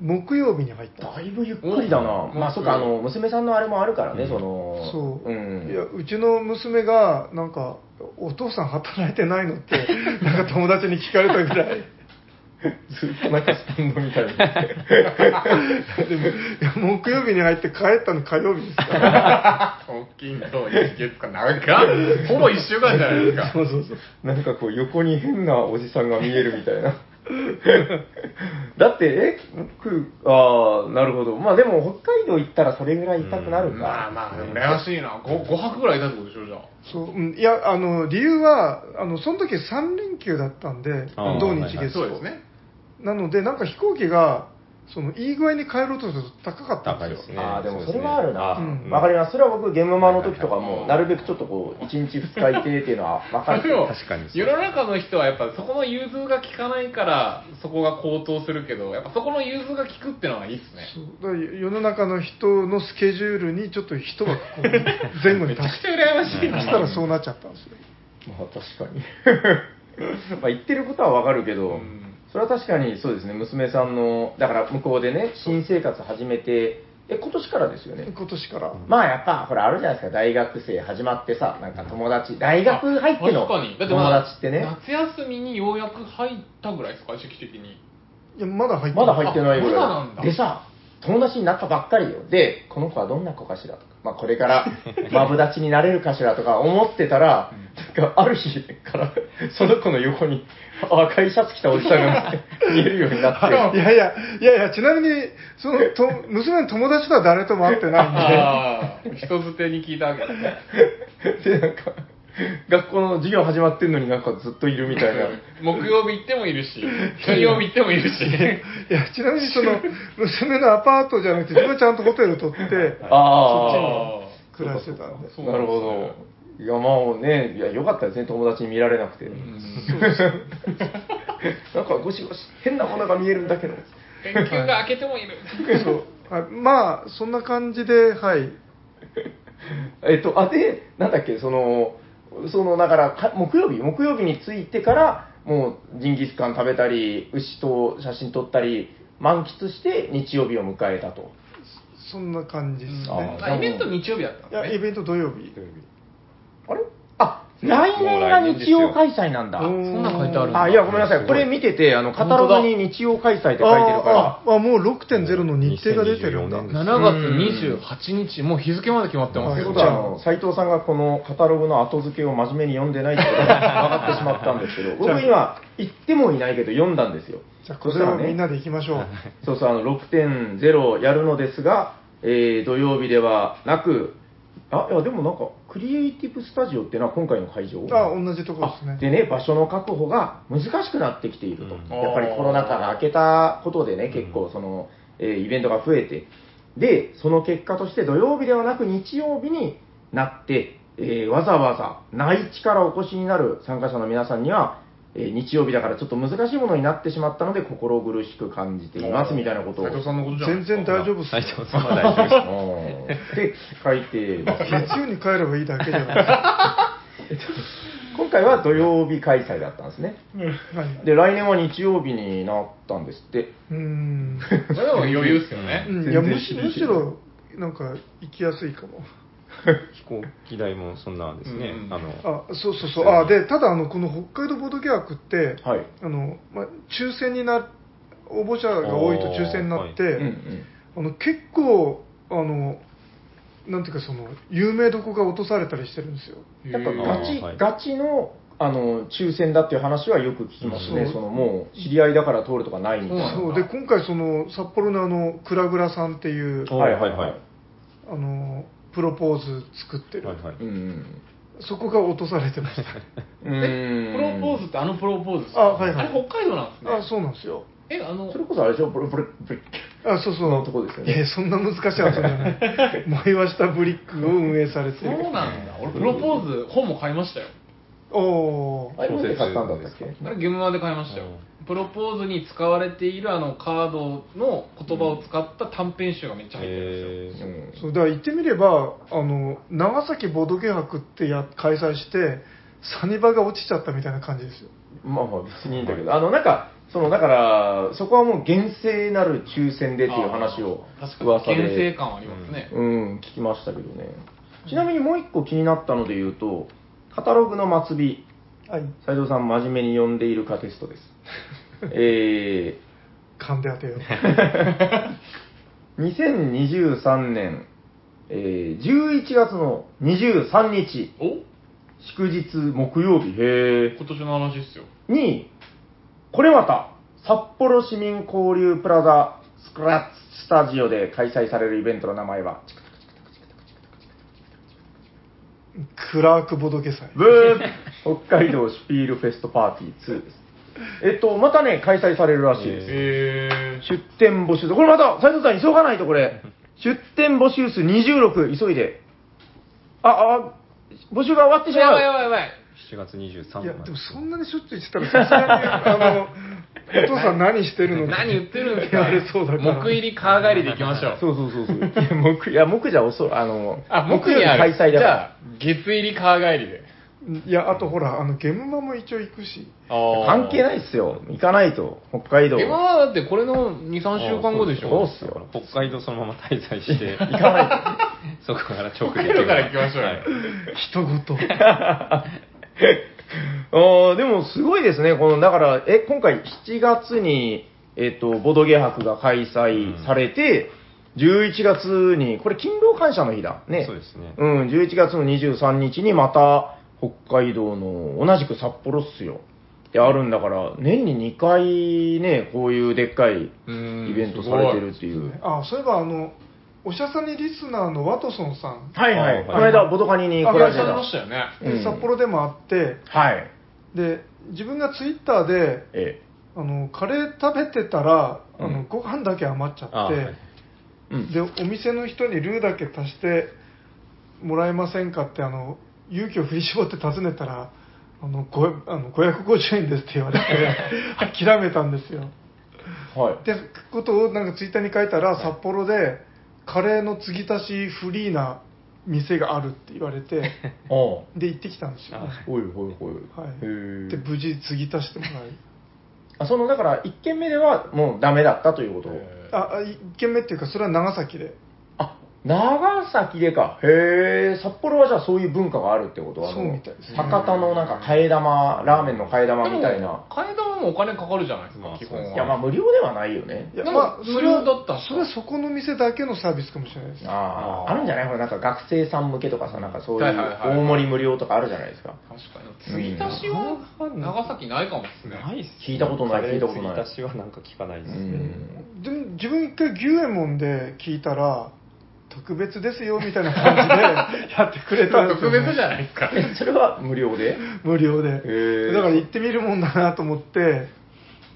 木曜日に入っただいぶゆっくりだなお。まあ、そっか、あの、娘さんのあれもあるからね、その、そう、ん。いやうちの娘がなんか「お父さん働いてないの?」ってなんか友達に聞かれたぐらいずっと *laughs* なんかスタンドみたいな。でもいや木曜日に入って帰ったの火曜日ですから金土日月か長っほぼ1週間じゃないですかそうそうそうなんかこう横に変なおじさんが見えるみたいな。だって、えくああ、なるほど。まあでも北海道行ったらそれぐらい痛くなるか。まあまあ羨ましいな 5, 泊ぐらいいたってことでしょじゃあそううんいやあの理由はあのその時3連休だったんであー土日はいはい月そうで曜、すねなのでなんか飛行機がそのいい具合に帰ろうとすると高かったん高いででよすすね。あーでもそれはあるな、そううんですねわ、かります、それは僕、ゲームマの時とかはいはいはも、いなるべくちょっとこう、1日、2日いてっていうのは分かる *laughs* でも確かにそう世の中の人はやっぱそこの融通が利かないからそこが高騰するけどやっぱそこの融通が利くってのがいいっすねそうだから世の中の人のスケジュールにちょっと一枠こう前後にめちゃく足しちゃ羨ましいそなしたらそうなっちゃったんですよまあ、確か *laughs* に。まあ言ってることは分かるけど、うんそれは確かにそうですね、娘さんの、だから向こうでね、新生活始めて、え今年からですよね。今年から、まあやっぱ、ほら、あるじゃないですか、大学生始まってさ、なんか友達、大学入っての確かに友だってまだ達ってね、夏休みにようやく入ったぐらいですか時期的にいやまだ入ってまだ入ってないぐあまだならんい。だでさ、友達になったばっかりよ。で、この子はどんな子かしらとか、まあ、これからマブダチになれるかしらとか思ってたら、なんかある日から、その子の横に赤いシャツ着たおじさんが見えるようになって、いやいや、いやいや、ちなみに、その、と、娘の友達とは誰とも会ってないんで、ああ *laughs* 人捨てに聞いたわけですねで、なんか、学校の授業始まってんのになんかずっといるみたいな。木曜日行ってもいる *laughs* し金曜日行ってもいるしいや、ちなみにその、娘のアパートじゃなくて、自分はちゃんとホテル取って、ああ。暮らしてたんで。そうなるほど。いや、まあね、いや、よかったですね、友達に見られなくて。なんかゴシゴシ、変なものが見えるんだけど。連休が明けてもいるそう。はいまあ、そんな感じで、はい。えっと、あ、で、なんだっけ、その、その、だから、か木曜日、木曜日に着いてから、もう、ジンギスカン食べたり、牛と写真撮ったり、満喫して、日曜日を迎えたと。そんな感じですあね。あイベント日曜日だったんでいすや、イねベント土曜日。あれあ、来年が日曜開催なんだ。もう来年ですよそんな書いてあるんあ、いや、ごめんなさい。これ見てて、あの、カタログに日曜開催って書いてるからあ。ーあ、もう6.0の日程が出てるんだ。 2024年7月28日もう日付まで決まってまとすいうよことは、あの、斎藤さんがこのカタログの後付けを真面目に読んでないってことが分かってしまったん *laughs* ですけど、僕今、言ってもいないけど読んだんですよ。じゃあ、これをみんなで行きましょう。そうそう、あの、6.0やるのですが、えー土曜日ではなく、あ、いや、でもなんか、クリエイティブスタジオっていうのは今回の会場あ、同じところですね。でね、場所の確保が難しくなってきていると、うんやっぱりコロナ禍が明けたことでね、結構その、えーイベントが増えて、で、その結果として土曜日ではなく日曜日になって、えーわざわざ内地からお越しになる参加者の皆さんには、えー日曜日だからちょっと難しいものになってしまったので、心苦しく感じていますみたいなことを。斉藤さんのことじゃない全ですか然大丈夫っす斎よ。藤さんは大丈夫うんって書いてますね、 *laughs* 月曜に帰ればいいだけじゃない今回は土曜日開催だったんですね。ですか。はいで、来年は日曜日になったんですって。うーん。それでも余裕っすよねうん全いや然むしむしろなんか行きやすいかもです。飛行機代もそんなですねう。んあの、あそうそうそうあでただあのこの北海道ボード契約って、はい。あのま、抽選にな応募者が多いと抽選になって、あうんうんあの結構あのなんていうかその有名どこが落とされたりしてるんですよやっぱガあーチ、はいガチの、あの、抽選だっていう話はよく聞きますね。そうそのもう、知り合いだから通るとかないみたいな。んそうだで今回その札幌のあのくらぐらさんっていうはいはいはい。あのプロポーズ作ってる、はいはいうんそこが落とされてましたうん。うんプロポーズってあのプロポーズっすかあはいはいあれ北海道なんですねあそうなんですよえあのそれこそあれでしょ、ブルブルブルあそうそうのとこですよねいやそんな難しい遊びじゃない *laughs* 萌岩下ブリックを運営されてそうるなんだ俺プロポーズ本も買いましたよおおーあれなんで買ったんだったっけあれゲームマで買いましたよ、プロポーズに使われているあのカードの言葉を使った短編集がめっちゃ入ってるんですよ、へーそうだから言ってみればあの長崎ボドゲ博ってや開催してサニバが落ちちゃったみたいな感じですよまあまあ別にいいんだけど、あのなんか、そのだから、そこはもう厳正なる抽選でっていう話をあー確噂かでに厳正感ありますね、うん、聞きましたけどね。ちなみにもう一個気になったので言うと、カタログの末尾、はい斉藤さん真面目に読んでいるかテストです。え勘で当 *laughs* てようー、2023年、えー、11月の23日、祝日木曜日、へお今年の話ですよに、これまた、札幌市民交流プラザスクラッチスタジオで開催されるイベントの名前は、クラークボドゲ祭ブー北海道シピールフェストパーティー2です。えっと、またね、開催されるらしいです。へえ出店募集数、これまた、斉藤さん急がないと、これ。出店募集数26、急いで。あ、あ、募集が終わってしやまばいうや。ばいやばい7月23いや日まででもそんなにしょっちゅう言ってたらさすがにあのお父さん何してるの何言ってるんです *laughs* 言かわれそうだから木入り川帰りで行きましょうそうそうそうそう。いや、木、いや、木じゃ遅い。あの、あ木に木あ曜る日開催じだかゃら。あ月入り川帰りでいやあとほらあのゲムマも一応行く *laughs* し関係ないいっすよ。行かないと。北海道。今行はだってこれの23週間後でしょそうっすよ。北海道そのまま滞在してかないそこから直北で海道から行きましょうよ、はい人ごと *laughs* と。あーでもすごいですね。この、だから、え、今回7月に、えっ、と、ボドゲ博が開催されて、11月に、これ勤労感謝の日だ。ね。そうですねうん、11月の23日にまた、北海道の、同じく札幌っすよ。であるんだから、年に2回ね、こういうでっかいイうんベントされてるっていう。あそういえばあのおしゃさにリスナーのワトソンさんはいはあい。ーこの間、ボドカニに来られてされたま。したよねうんで札幌でもあって、はい。で自分がツイッターでえあのカレー食べてたら、うんあのご飯だけ余っちゃって、あはいえ。うん。でお店の人にルーだけ足してもらえませんかってあの勇気を振り絞って尋ねたらあのごあの550円ですって言われ *laughs* て諦めたんですよはい。ってことをなんかツイッターに書いたら札幌でカレーの継ぎ足しフリーな店があるって言われて *laughs* ああ。おで行ってきたんですよ、あいおいおい。はい、へでえ。無事継ぎ *laughs* 足してもらいあ、その、だから、一軒目ではもうダメだったということ。ああ1軒目っていうかそれは長崎であ、長崎でか。へえ。札幌はじゃあそういう文化があるってことあのそうみたいですね博多のなんか替え玉、ラーメンの替え玉みたいでなも。替え玉もお金かかるじゃないですか、まあ基そうです本ねいや、まあは無料ではないよねい。やなんまかあそれは無料だったんですかそれはそこの店だけのサービスかもしれないですあああ、ーあるんじゃないほら、なんか学生さん向けとかさ、なんかそういはいうはいはいはい大盛り無料とかあるじゃないですか。確かに継ぎ足しは長崎ないかもですね、ないっすね聞いたことないカレー聞いたことない継ぎ足しはなんか聞かないうですねん。でも自分一回牛右衛門で聞いたら特別ですよみたいな *laughs* 感じでやってくれたんです特よ、ね、別じゃないですかえそれは無料で無料でだかーら行ってみるもんだなと思って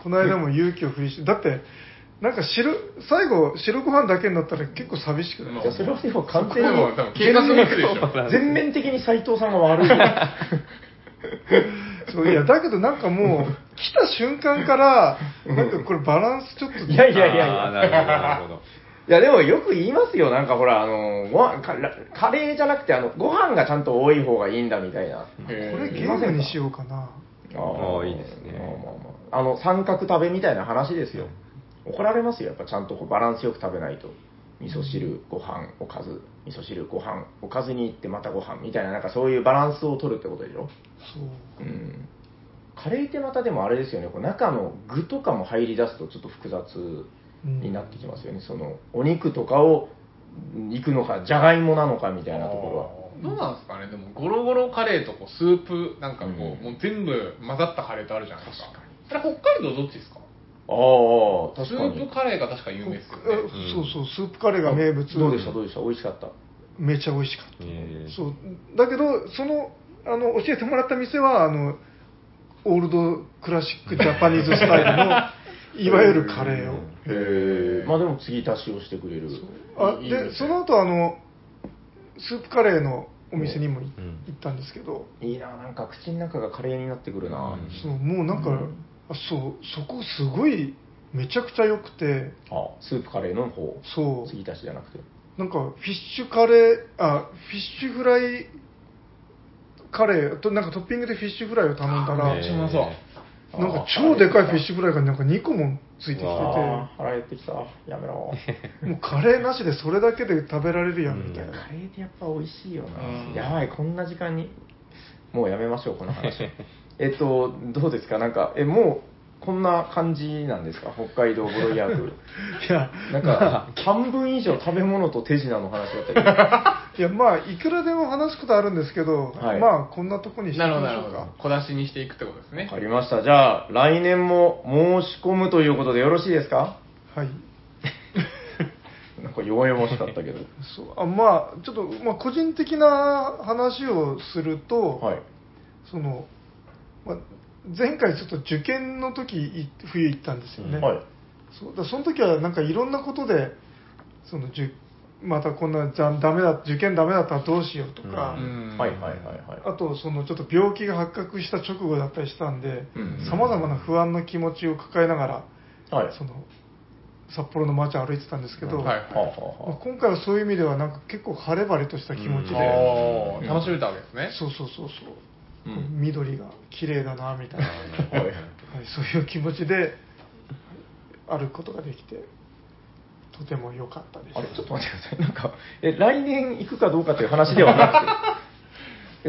この間も勇気を振りしてだってなんか白最後白ご飯だけになったら結構寂しくないまあいやそれはでも完で全もに多分計画ミスでしょ全面的に斉藤さんが *laughs* 悪い。そういやだけどなんかもう *laughs* 来た瞬間からなんかこれバランスちょっといやいやいやいあーや。なるほどなるほどいやでもよく言いますよ、なんかほら、あのご飯カラカレーじゃなくてあの、ご飯がちゃんと多い方がいいんだみたいな、こへーれゲームにしようかなああいいですねまあまあまああの三角食べみたいな話ですよ、怒られますよ、やっぱちゃんとこうバランスよく食べないと、味噌汁、ご飯おかず、味噌汁、ご飯おかずに行って、またご飯みたいな、なんかそういうバランスを取るってことでしょ。そううんカレーってまたでもあれですよね、こう中の具とかも入り出すとちょっと複雑になってきますよね、そのお肉とかをうんいくのか、じゃがいもなのかみたいなとこどうなんですかねでもゴロゴロカレーとこうスープなんかこう、うんもう全部混ざったカレーとあるじゃないですか確かそれ北海道どっちですかろは。ああ、ス確かーにプ。カレーが確か有名ですよえねそうそうスープカレーが名物どうでした、どうでした、美味しかった。めちゃ美味しかったえーそうだけどそのあの教え *laughs* てもらった店はあのオールドクラシックジャパニーズスタイルのいわゆるカレーを。へえ。まあでも次足しをしてくれる。あいいすでねその後あのスープカレーのお店にもいん行ったんですけど、いいな、なんか口の中がカレーになってくるな。うんそうもうなんか、うんあそうそこすごいめちゃくちゃ良くてあ、スープカレーの方。そ次足しじゃなくて。うなんかフィッシュカレーあフィッシュフライカレーとなんかトッピングでフィッシュフライを頼んだら、めっちゃうまそう。なんか超でかいフィッシュュフライがなんか2個もついてきててうあー腹減ってきた。や *laughs* めろ。もうカレーなしでそれだけで食べられるやんみたいな、カレーってやっぱ美味しいよな、うんやばいこんな時間にもうやめましょうこの話えっとどうですかなんかえもうこんな感じなんですか北海道ボロギャークいやなんか半分以上食べ物と手品の話だったけどいやまあいくらでも話すことあるんですけど、はいまあこんなとこにしてなみるほど、まなしるほょうどか。小出しにしていくってことですわねか。りましたじゃあ来年も申し込むということでよろしいですかはいなんか弱々しかったけどそうあまあちょっと、まあ、個人的な話をすると、はいそのまあ、前回ちょっと受験の時い冬行ったんですよね、うんはいそうだその時はなんかいろんなことでそのじゅまたこんなじゃんダメだ受験ダメだったらどうしようとか、うんはいはいはいはいあとそのちょっと病気が発覚した直後だったりしたんでうんさまざまな不安の気持ちを抱えながら、はいその札幌の街を歩いてたんですけど、うんはいはあはまああはあ今回はそういう意味ではなんか結構晴れ晴れとした気持ちで、あー楽しめたわけですね。そうそうそうそう、うん緑が綺麗だなみたいな、ははいい、そういう気持ちで歩くことができてとても良かったですあれちょっと待ってください、なんか、え来年行くかどうかという話ではなく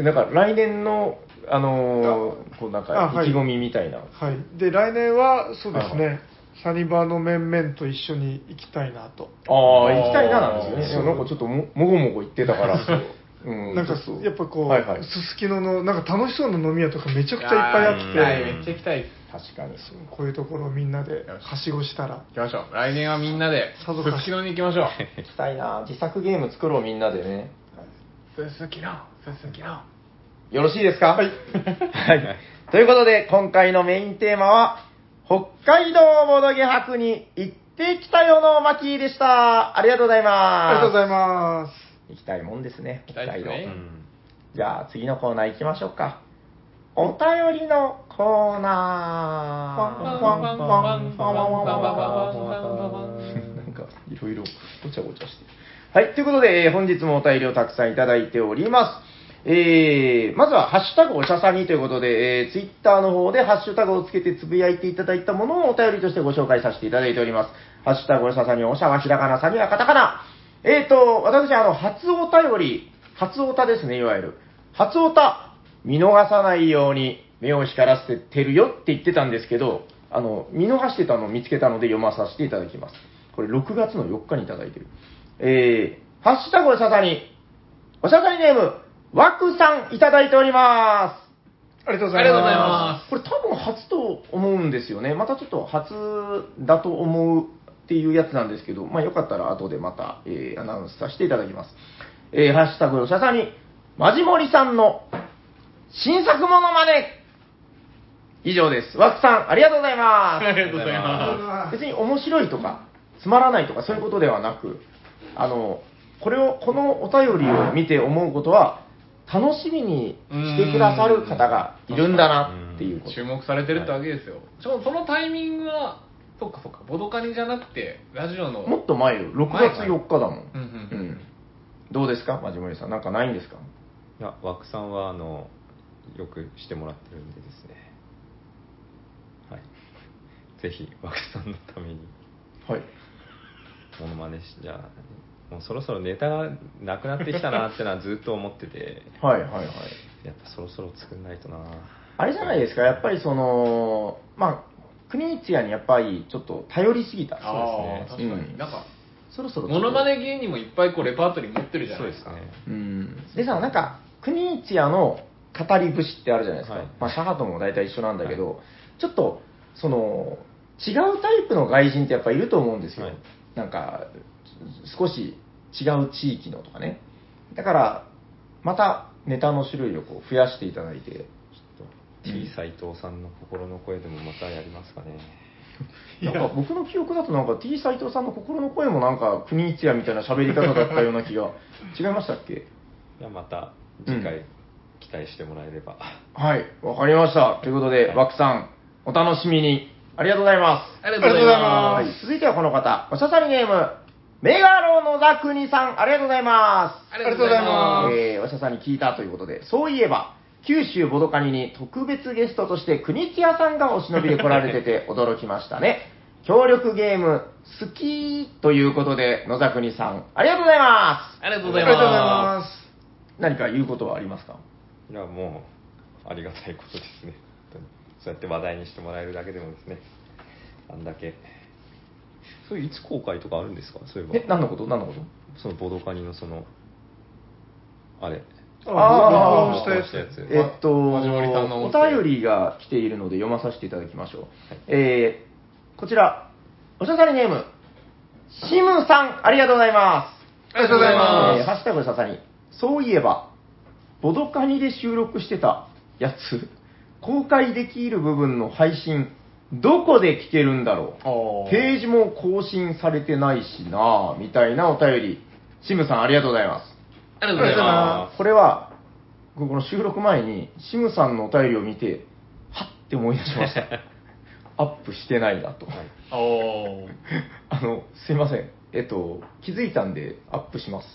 *laughs* て、えなんか来年の、あのーこうなんあかは意い気込みみたいな、はい、で来年はそうですね、はいサニバーの面々と一緒に行きたいなと、ああ、行きたいななんですそようね、なんかちょっとももごもご言ってたから、うなんかちょとやっぱこう、はいはい、すすきののなんか楽しそうな飲み屋とかめちゃくちゃいっぱいあってやー行きたいめっちゃ行きたいです。確かに、そうこういうところをみんなではしごしたら行きましょう。来年はみんなで、すさぞかすしきのに行きましょう。 *laughs* 行きたいな、自作ゲーム作ろう、みんなでね。すすきの、すすきの。よろしいですかはい。 *laughs* はい。ということで、今回のメインテーマは、北海道ボドゲ博に行ってきたよのおまきでした。ありがとうございます。ありがとうございます行きたいもんですね、行き北たいです海道。ねじゃあ次のコーナー行きましょうか。お便りのコーナー。 *laughs* なんかいろいろごちゃごちゃしてる。はい、ということで、えー本日もお便りをたくさんいただいております。えー、まずは、ハッシュタグおしゃさにということで、えー、ツイッターの方でハッシュタグをつけてつぶやいていただいたものをお便りとしてご紹介させていただいております。ハッシュタグおしゃさに、おしゃはひらがな、さにはカタカナ。えーと、私、あの、初お便り、初おたですね、いわゆる。初オタ、見逃さないように目を光らせてるよって言ってたんですけど、あの、見逃してたのを見つけたので読まさせていただきます。これ6月の4日にいただいてる。えー、ハッシュタグおしゃさに、おしゃさにネーム、ワクさんいただいております。ありがとうごあざりいがとうございままこれ多分初と思うんですよね。またちょっと初だと思うっていうやつなんですけど、まあよかったら後でまた、えーアナウンスさせていただきます。えーハッシュタグの社さんに、まじもりさんの新作ものまね以上です。ワクさん、ありがとうございます。ありがとうございます。す別に面白いとか、つまらないとか、そういうことではなく、あの、これを、このお便りを見て思うことは、楽しみにしてくださる方がいるんだなっていうこと。注目されてるってわけですよ、ちょそのタイミングはそっかそっかボドカニじゃなくてラジオのもっと前よ、6前月か4日だもん。うんううんんどうですか、まじもりさん、なんかないんですかいや枠さんはあのよくしてもらってるんでですねはいぜひ枠さんのためにはい。モノマネしじゃあもうそろそろネタがなくなってきたなってのはずっと思っててはいはいはい。やっぱそろそろ作んないとなあれじゃないですか、やっぱりその、まあ、国光屋にやっぱりちょっと頼りすぎた。ああそう確ですねかに、うんなんかそろそろちょっとモノマネ芸人もいっぱいこうレパートリー持ってるじゃなそういでですすかねうん。でさ、なんか、国一屋の語り節ってあるじゃないですか。はいまあ、シャハトも大体一緒なんだけど、ちょっと、その、違うタイプの外人ってやっぱいると思うんですよ。はいなんか、す少し違う地域のとかね。だから、またネタの種類をこう増やしていただいて、ちょっと T 斎藤さんの心の声でもまたやりますかねなんか僕の記憶だとなんか T 斎藤さんの心の声もなんか国一夜みたいな喋り方だったような *laughs* 気が違いましたっけじゃあまた次う回ん期待してもらえれば、はい、わかりました。ということで、はいバクさん、お楽しみに。ありがとうございます。ありがとうございますはい続いてはこの方、おしゃさりネーム、メガロのザクニさん、ありがとうございます。ありがとうございますえーおしゃさんに聞いたということで、そういえば、九州ボドカニに特別ゲストとして国津屋さんがお忍びで来られて *laughs* て驚きましたね。協力ゲーム、好きということで、野ザクニさん、ありがとうございます。ありがとうござありいがとうございまます何か言うことはありますかいやもうありがたいことですね本当にそうやって話題にしてもらえるだけでもですねあんだけそれいつ公開とかあるんですかそういええ、ば何のこと何のことそのボドカニのそのあれあー録音したや録音したつやつえっと、まじもりさんのお音声便りが来ているので読まさせていただきましょう。えーこちら、おしゃさりネーム、シムさん、ありがとうございます。ありがとうございますえーハッシュタグおしゃさり。そういえば、ボドカニで収録してたやつ、公開できる部分の配信、どこで聞けるんだろうす。おーページも更新されてないしなぁみたいなお便り、シムさんありがとうございます。ありがとうございまこれは、この収録前に、シムさんのお便りを見て、はっって思い出しま *laughs* した。アップしてないなと。す。おー *laughs* あの、すいません。えっと、気づいたんでアップします。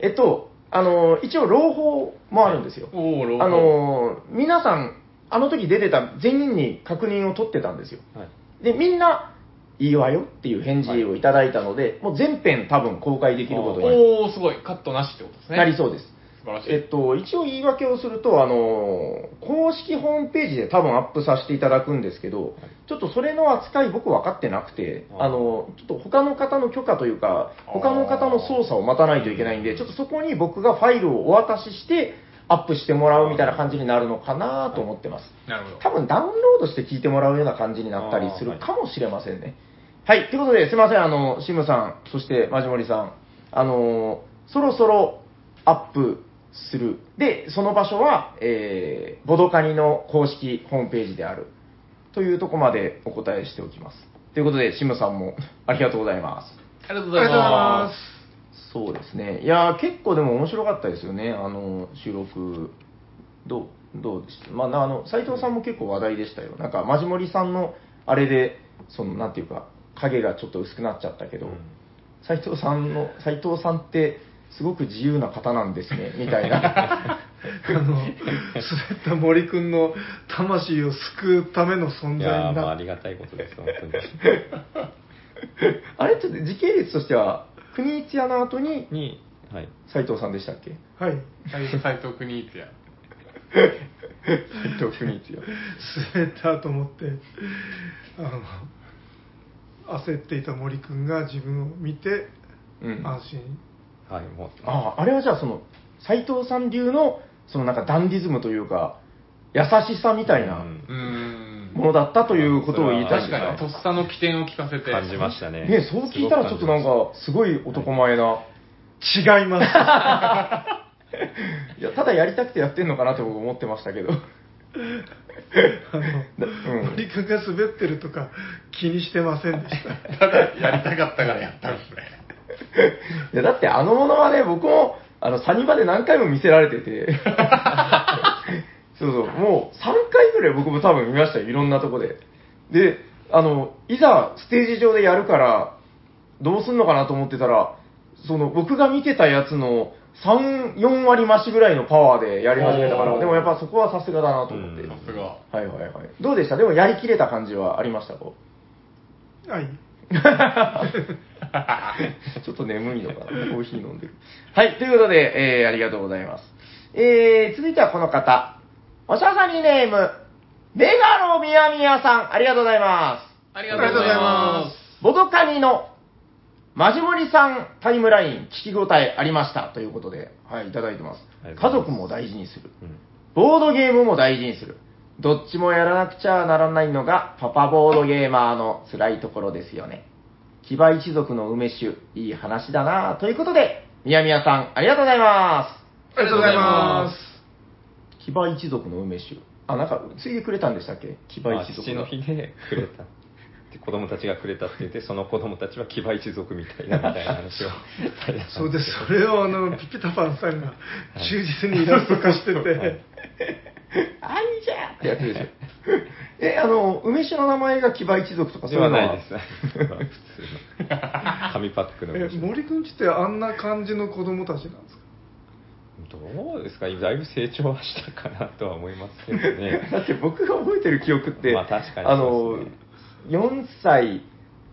えっと、あの、一応、朗報もあるんですよ。おー朗報あの、皆さん、あの時出てた全員に確認を取ってたんですよ。はいで、みんな、いいわよっていう返事をいただいたので、もう全編多分公開できることにおーすごい。カットなしってことですね。なりそうです。素晴らしい。えっと、一応言い訳をすると、あの、公式ホームページで多分アップさせていただくんですけど、ちょっとそれの扱い僕分かってなくて、あーあの、ちょっと他の方の許可というか、あー他の方の操作を待たないといけないんで、ちょっとそこに僕がファイルをお渡しして、アップしてもらうみたいな感じになるのかなと思ってます。なるほど。多分ダウンロードして聞いてもらうような感じになったりするかもしれませんね。はい、ということで、すいません、あの、シムさん、そしてマジモリさん、あのーそろそろアップする。で、その場所は、えー、ボドカニの公式ホームページである。というとこまでお答えしておきます。ということで、シムさんもありがとうございます。ありがとうあございりがとうございま。ますすそうですね。いやー、結構でも面白かったですよね、あの、収録。どう、どうでしたまあな、あの、斎藤さんも結構話題でしたよ。なんか、マジモリさんの、あれで、その、なんていうか、影がちょっと薄くなっちゃったけど、うん斉藤さんの、斉藤さんって、すごく自由な方なんです *laughs* ね、みたいな。 *laughs* あの滑った森くんの魂を救うための存在いにやーまあなあってりがたいことです本当にあれ、ちょっと時系列としては、国一屋の後に、にはい斉藤さんでしたっ *laughs* けはい斎藤国一や。斉藤国一屋。滑ったと思ってあの焦っていた森くんが自分を見てうん。安心はいもうああ、あれはじゃあその、斎藤さん流の、そのなんかダンディズムというか、優しさみたいうなんうーん。ものだったということを言いたいん確ですかに、とっさの起点を聞かせて。感じましたねね、そう聞いたらちょっとなんか、すごい男前な。違います *laughs* いや、ただやりたくてやってんのかなって僕思ってましたけど。あの、うん森くんが滑ってるとか気にしてませんでした *laughs* ただ、やりたかったからやったんですね。いや、だってあのものはね、僕も、あの、サニバで何回も見せられてて。そうそう、もう3回ぐらい僕も多分見ましたよ、いろんなとこで。で、あの、いざステージ上でやるから、どうすんのかなと思ってたら、その、僕が見てたやつの3、4割増しぐらいのパワーでやり始めたかおら、ーでもやっぱそこはさすがだなと思って。うんはさすが。いはいはい。どうでしたでもやりきれた感じはありましたかはい *laughs* ちょっと眠いのかな、コーヒー飲んでる。はい、ということで、えー、ありがとうございます。えー、続いてはこの方、おしゃさにネーム、メガロミヤミヤさん、ありがとうございます。ありがとうございます。ボドカニのマジモリさんタイムライン聞き応えありましたということで、はい、いただいてますあり。がと家うございます族も大事にする。うんボードゲームも大事にする。どっちもやらなくちゃならないのが、パパボードゲーマーの辛いところですよね。騎馬一族の梅酒、いい話だなぁということで、みやみやさん、ありがとうございまありがとうございますす。騎馬一族の梅酒。あ、なんか、ついでくれたんでしたっけ騎馬まあ一族父の日でくれた *laughs* で子供たちがくれたって言ってその子供たちは騎馬一族みたいなみたいな *laughs* 話をそうです、それをあ *laughs* のピピタパンさんが忠実にイラスト化してて、 *laughs* あんじゃってやつでしょ。 *laughs* え、あの、梅酒の名前が騎馬一族とかそうでいうはのないです。普通の紙パックのえ森くんちってあんな感じの子供たちなんですかどうですかだいぶ成長はしたかなとは思いますけどね *laughs* だって僕が覚えてる記憶って、まあ確かにあのそうですね、 4歳、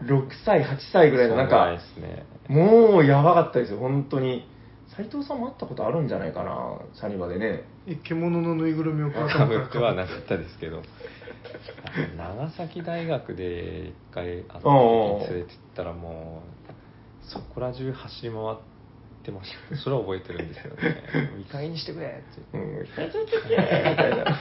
6歳、8歳ぐらいのなんそうないで、かすねもうやばかったですよ、本当に。斉藤さんも会ったことあるんじゃないかな、サニバでね。え獣のぬいぐるみをかぶってはななかったですけどあの長崎大学で一回会った時おうおうに連れてったらもうそこら中走り回ってましたそれは覚えてるんですよねいい加減にしてくれってうん、 *laughs* みたいな。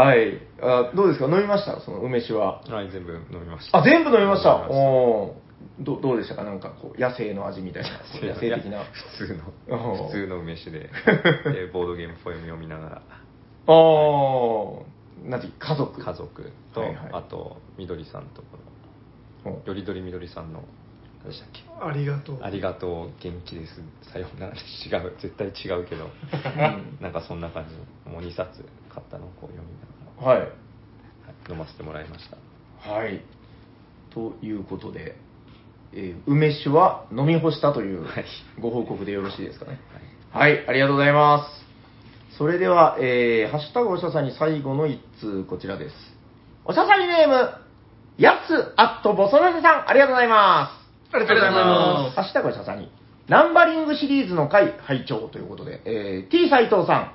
はいあ。どうですか飲みましたその梅酒は。はい全部飲みましたあ、全部飲みました。飲みまおーどどうでしたかなんかこう、野生の味みたいな。こう野生的いやな。普通おうの普通の梅酒ででボードゲームポエム読みながらあー、なんていう家族。家族と、はいはいあとみどりさんとこおのよりどりみどりさんの何でしたっけありがとうありがとう元気ですさようなら違う絶対違う *laughs* けどうんなんかそんな感じもう2冊買ったのをこう読みながはい。ら、はい、飲ませてもらいましたはい。ということで、えー梅酒は飲み干したというはいご報告でよろしいですかね。はい、ありがとうございます。それでは、えーハッシュタグおしゃさんに最後の一通、こちらです。おしゃさんにネーム、やっつアットボソノセさん、ありがとうございます。ありがとうございまハッシュタグおしゃさんに、ナンバリングシリーズの回、拝聴ということで、えー T 斎藤さん、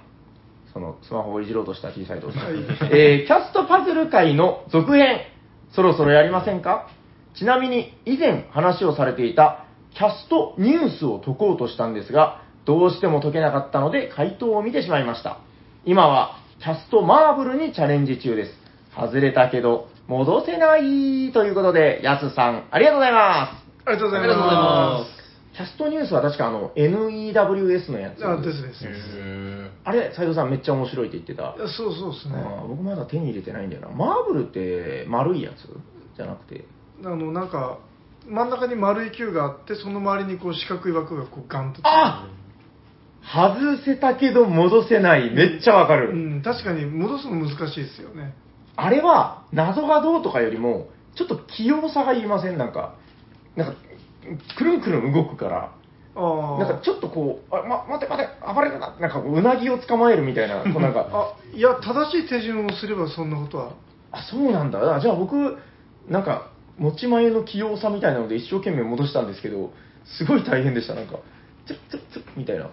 そのスマホをいじろうとした T 斎藤さん、はえーキャストパズル界の続編、そろそろやりませんかちなみに、以前話をされていたキャストニュースを解こうとしたんですが、どうしても解けなかったので、回答を見てしまいました。今は、キャストマーブルにチャレンジ中です。外れたけど、戻せないということで、やすさん、ありがとうございます。ありがとうございますキャストニュースは確かあの NEWS のやつ。あですですへあれ、斉藤さんめっちゃ面白いって言ってた。いやそうそうですねあー僕まだ手に入れてないんだよな。マーブルって丸いやつじゃなくて。あのなんか真ん中に丸い球があってその周りにこう四角い枠がこうガンとあ外せたけど戻せない。めっちゃわかる。うん、確かに戻すの難しいですよねあれは謎がどうとかよりも、ちょっと器用さがいりませんなんか、なんか、くるんくるん動くから。ああなんかちょっとこう、あ、ま、待て待て、暴れるな。なんかこう、うなぎを捕まえるみたいな、こうなんか、 *laughs* あいや正しい手順をすればそんなことはあそうなんだあじゃあ僕なんか持ち前の器用さみたいなので一生懸命戻したんですけどすごい大変でしたなんかツッツッツッみたいな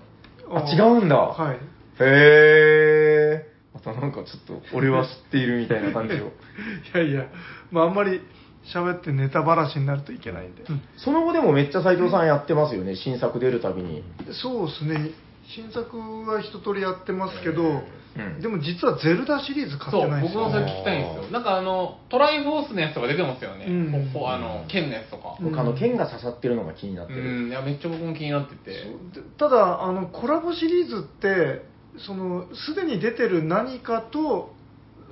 あー違うんだ、はいへえまたなんかちょっと俺は知っているみたいな感じを *laughs* いやいやまああんまり喋ってネタばらしになるといけないんで、その後でもめっちゃ斎藤さんやってますよね新作出るたびにそうですね新作は一通りやってますけど、うんでも実はゼルダシリーズ買そってうないんで僕もすよそれ聞きたいんですよなんかあのトライフォースのやつとか出てますよね、うんここあの剣のやつとかうん僕あの剣が刺さってるのが気になっうてる、んいやめっちゃ僕も気になっててでただあのコラボシリーズってそのすでに出てる何かと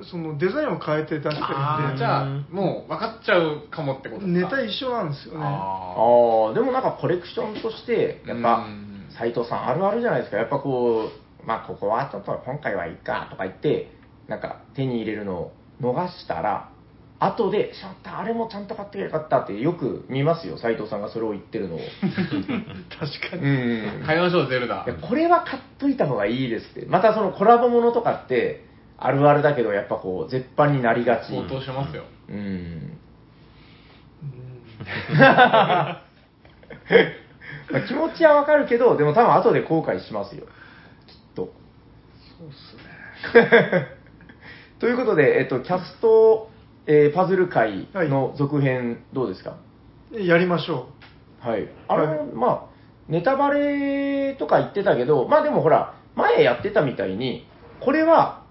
そのデザインを変えて出してるんでああじゃあもう分かっちゃうかもってことですネかタ一緒なんですよねあああでもなんかコレクションとしてやっぱ、うん斉藤さんあるあるじゃないですかやっぱこうまあここはちょっと今回はいいかとか言ってなんか手に入れるのを逃したら後でしまったあれもちゃんと買ってよかったってよく見ますよ斉藤さんがそれを言っ *laughs* てるのを確かうんに、買いましょうゼルダいやこれは買っといた方がいいですってまたそのコラボものとかってあるあるだけどやっぱこう絶版になりがち相当しますよ、うんうんまあ気持ちはわかるけどでも多分後で後悔しますよきっとそうっすね *laughs* ということで、えっと、キャスト、えーパズル界の続編、どうですかやりましょはい。あれ、はいまあ、ネタバレとか言ってたけど、まあでもほら、前やってたみたいに、これは、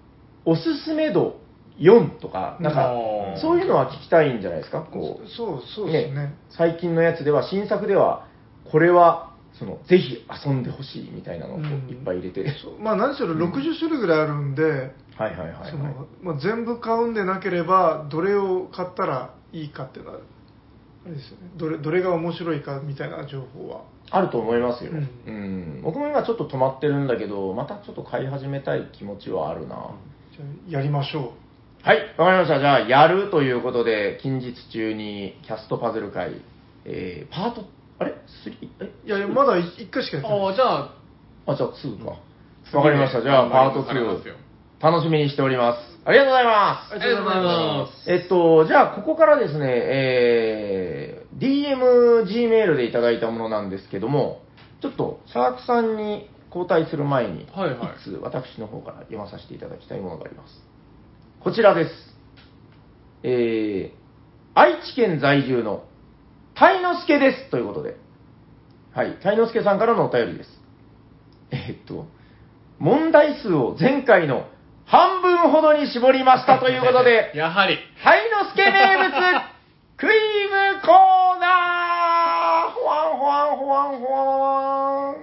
おすすめ度4とか、なんかう、んそういうのは聞きたいんじゃないですかう。こう、そうそうですね。最近のやつでは、新作では、これは、その、ぜひ遊んでほしいみたいなのをこううんいっぱい入れて。そうまあ何しろ60種類ぐらいあるんで、はいはいはいそはいのまあ、全部買うんでなければどれを買ったらいいかっていうのはあれですよねどれどれが面白いかみたいな情報はあると思いますよ、ううんん僕も今ちょっと止まってるんだけどまたちょっと買い始めたい気持ちはあるな、じゃあやりましょはいわかりましたじゃあやるということで近日中にキャストパズル会、えーパートあれ 3? えういやまだ1回しかやってないああ、じゃあ、あじゃあ2か次でわかりましたじゃあパートありますよ2楽しみにしておりますありがとうございますありがとうございます。えっと、じゃあ、ここからですね、えー、DM、G メールでいただいたものなんですけども、ちょっと、シャークさんに交代する前に、はいはい、一通私の方から読まさせていただきたいものがあります。こちらです。えー、愛知県在住の、たいのすけです。ということで、はい、たいのすけさんからのお便りです。えーっと、問題数を前回の半分ほどに絞りましたということで *laughs* やはり、はいのすけ名物、クイズコーナーほわんほわんほわんほわん。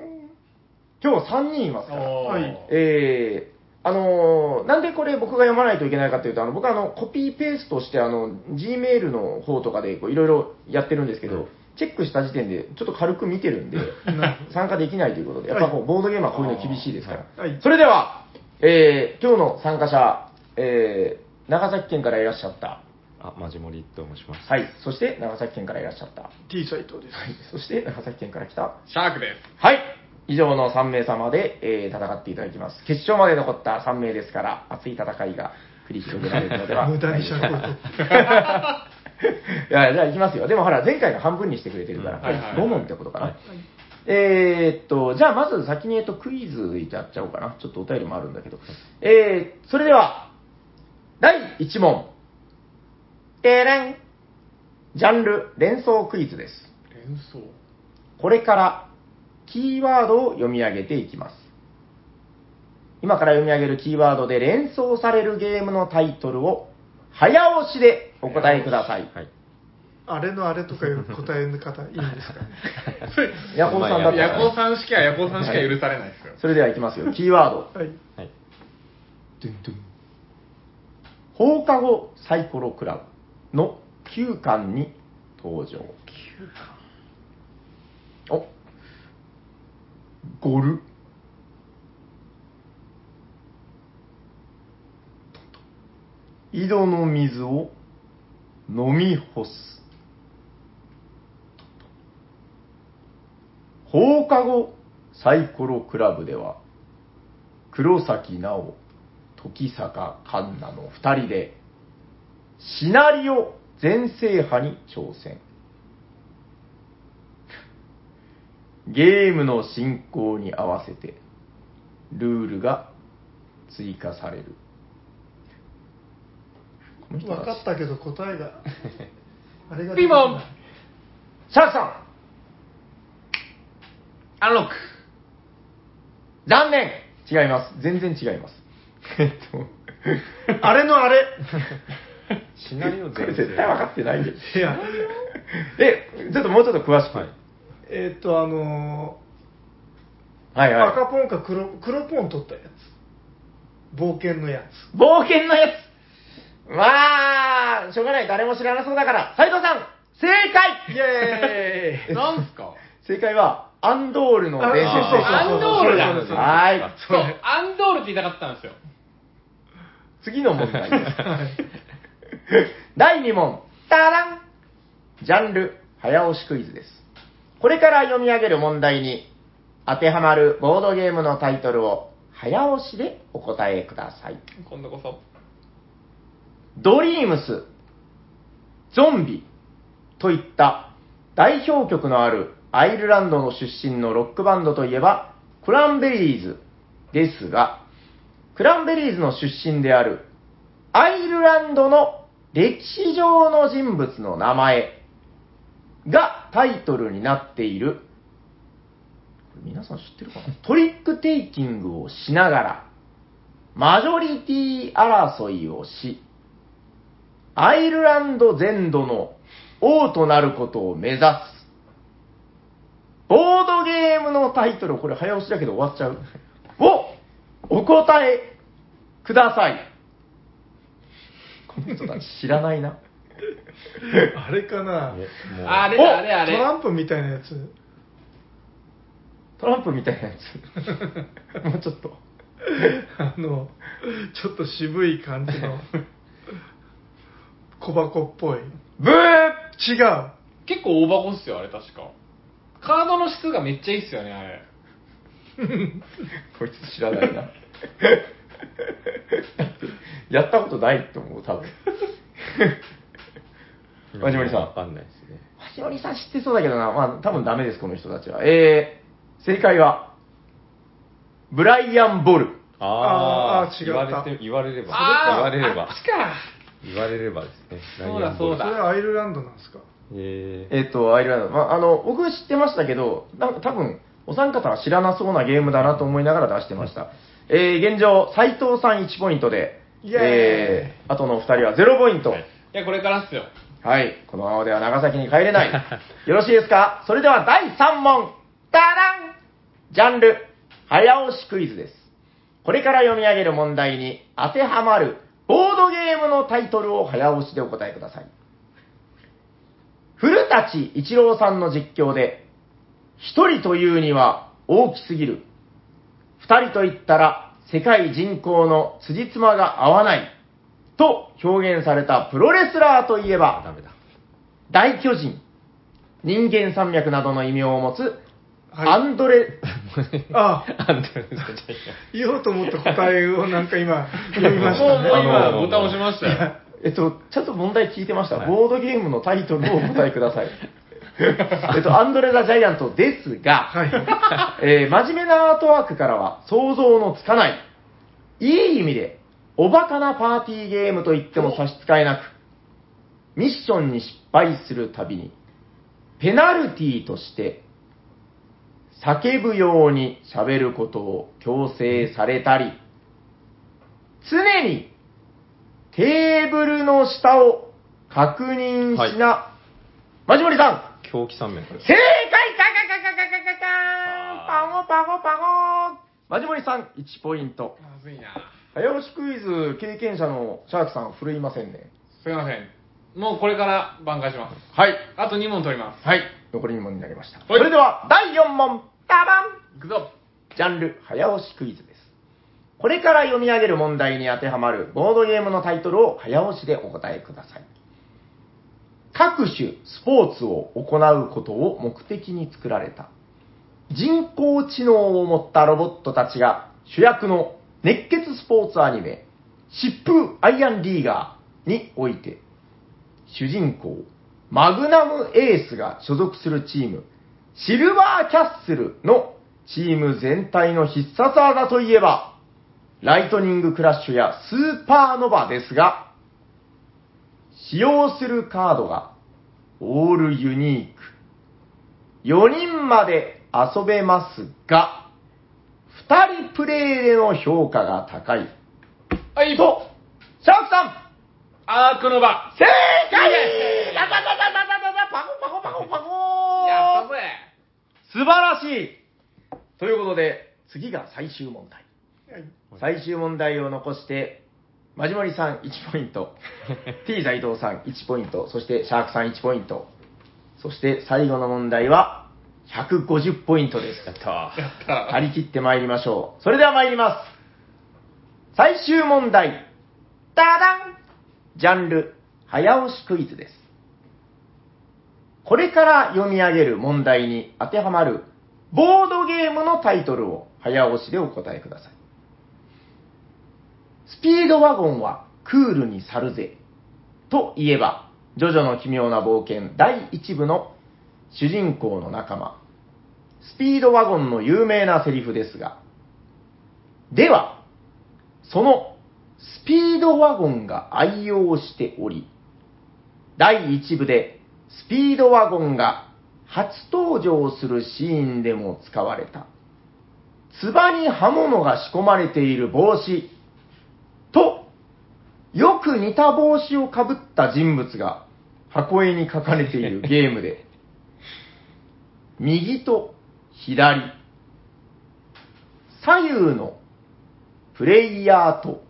今日3人いますから。おーはいえーあのーなんでこれ僕が読まないといけないかというと、あの僕はあのコピーペーストして、あの、G メールの方とかでこういろいろやってるんですけど、チェックした時点でちょっと軽く見てるんで、参加できないということで、やっぱこうボードゲームはこういうの厳しいですから。はいそれでは、えー今日の参加者、えー長崎県からいらっしゃった、あマジモリと申しますはい、そして長崎県からいらっしゃった、はい、 T 斎藤です、そして長崎県から来た、シャークです。はい、以上の3名様で、えー戦っていただきます。決勝まで残った3名ですから、熱い戦いが繰り広げられるの *laughs* では無駄に尺を取なっいてでしょうか *laughs* いやじゃあ、いきますよ。でもほら、前回の半分にしてくれてるから、うんはいはいはい5問ってことかな。えーっと、じゃあまず先にえっとクイズいっちゃっちゃおうかな。ちょっとお便りもあるんだけど。えー、それでは、第1問。てれん。ジャンル、連想クイズです。連想。これから、キーワードを読み上げていきます。今から読み上げるキーワードで連想されるゲームのタイトルを、早押しでお答えください。はいあれのあれとかいう答えの方いいんですか *laughs* ねヤコウさんだったヤらコねウさん式はヤコウさんしか許されないですよ。それではいきますよ。キーワード。はいはい放課後サイコロクラブの9巻に登場。おゴル。井戸の水を飲み干す。放課後サイコロクラブでは黒崎直時坂環奈の2人でシナリオ全制覇に挑戦ゲームの進行に合わせてルールが追加されるこの分人はかったけど答え *laughs* があれがピンポンシャークさんアンロック。残念違います全然違いますえっとあれのあ *laughs* れシナリオ全これ絶対分かってないよいやえちょっともうちょっと詳しく、はいえーっとあのはいーはい赤ポンか黒黒ポン取ったやつ冒険のやつ冒険のやつまあ、しょうがない、誰も知らなそうだから、斉藤さん、正解イェーイなんすか正解は、アンドールの伝説でしあアンドールだた。はい。そう、アンドールって言いたかったんですよ。次の問題です。 *laughs* 第2問、タランジャンル、早押しクイズです。これから読み上げる問題に当てはまるボードゲームのタイトルを早押しでお答えください。今度こそ。ドリームス、ゾンビといった代表曲のあるアイルランドの出身のロックバンドといえばクランベリーズですが、クランベリーズの出身であるアイルランドの歴史上の人物の名前がタイトルになっている、これ皆さん知ってるかなトリックテイキングをしながら、マジョリティ争いをし、アイルランド全土の王となることを目指す。ボードゲームのタイトル、これ早押しだけど終わっちゃう。を、お答えください。この人たち知らないな。あれかなねもうあれだあれあトラれ。ンプみたいなやつトランプみたいなやつ。もうちょっと。あの、ちょっと渋い感じの、小箱っぽい。ブー違う。結構大箱っすよ、あれ確か。カードの質がめっちゃいいっすよね、あれ。こいつ知らないな。やったことないと思う、多分。マジモリさんわかんないですね。マシロリさん知ってそうだけどな。まあ、多分ダメです、この人たちは。えー、正解は、ブライアン・ボル。ああーあーー違言っわたれて言われれば言あわーれればあっちか。言われればですね。そうだライアンボールそうそだれアイルランドなんですかえーえっ、と、アイルランド。まあ、あの、僕は知ってましたけど、な多分、お三方は知らなそうなゲームだなと思いながら出してました。えー、現状、斎藤さん1ポイントで、イエーイえー、あとの2人は0ポイント。はい、いや、これからっすよ。このままでは長崎に帰れない。よろしいですかそれでは第3問。ダダンジャンル、早押しクイズです。これから読み上げる問題に当てはまるボードゲームのタイトルを早押しでお答えください。古舘一郎さんの実況で、一人というには大きすぎる。二人と言ったら世界人口の辻褄が合わない。と表現されたプロレスラーといえばあ、ダメだ。大巨人、人間山脈などの異名を持つ、はいアンドレ、 *laughs* あ、 *laughs* アンドレスじゃない言おうと思った答えをなんか今、読みもう、もまうしたね。今あ、のーボタン押しましたよ。えっと、ちゃんと問題聞いてました。はいボードゲームのタイトルをお答えください。えっと、アンドレ・ザ・ジャイアントですが、えー真面目なアートワークからは想像のつかない、いい意味で、おバカなパーティーゲームと言っても差し支えなく、ミッションに失敗するたびに、ペナルティーとして、叫ぶように喋ることを強制されたり、常にテーブルの下を確認しな、マジモリさん、狂気三面。正解カカカカカカカカーンパゴパゴパゴーマジモリさん、1ポイント。まずいな。早押しクイズ経験者のシャークさん、振るいませんね。すいません。もうこれから挽回します。はい。あと2問取ります。はい。残り2問になりました。いそれでは、第4問、ダバンいくぞ。ジャンル、早押しクイズです。これから読み上げる問題に当てはまるボードゲームのタイトルを早押しでお答えください。各種スポーツを行うことを目的に作られた人工知能を持ったロボットたちが主役の熱血スポーツアニメ疾風アイアンリーガーにおいて主人公マグナムエースが所属するチームシルバーキャッスルのチーム全体の必殺技といえばライトニングクラッシュやスーパーノバですが使用するカードがオールユニーク4人まで遊べますが、2人プレイでの評価が高い。はい、と、シャークさんアークの場。正解イエーイダダダダダダダダパコパコパコパやったコぜ。素晴らしいということで、次が最終問題。最終問題を残して、マジモリさん1ポイント、T *laughs* 斎藤さん1ポイント、そしてシャークさん1ポイント、そして最後の問題は150ポイントです。やったー。張り切って参りましょう。それでは参ります。最終問題。ダダンジャンル、早押しクイズです。これから読み上げる問題に当てはまる、ボードゲームのタイトルを早押しでお答えください。スピードワゴンはクールに去るぜ。といえば、ジョジョの奇妙な冒険第1部の主人公の仲間、スピードワゴンの有名なセリフですが、では、そのスピードワゴンが愛用しており、第1部でスピードワゴンが初登場するシーンでも使われた、つばに刃物が仕込まれている帽子と、よく似た帽子をかぶった人物が箱絵に書かれているゲームで、右と左、左右のプレイヤーと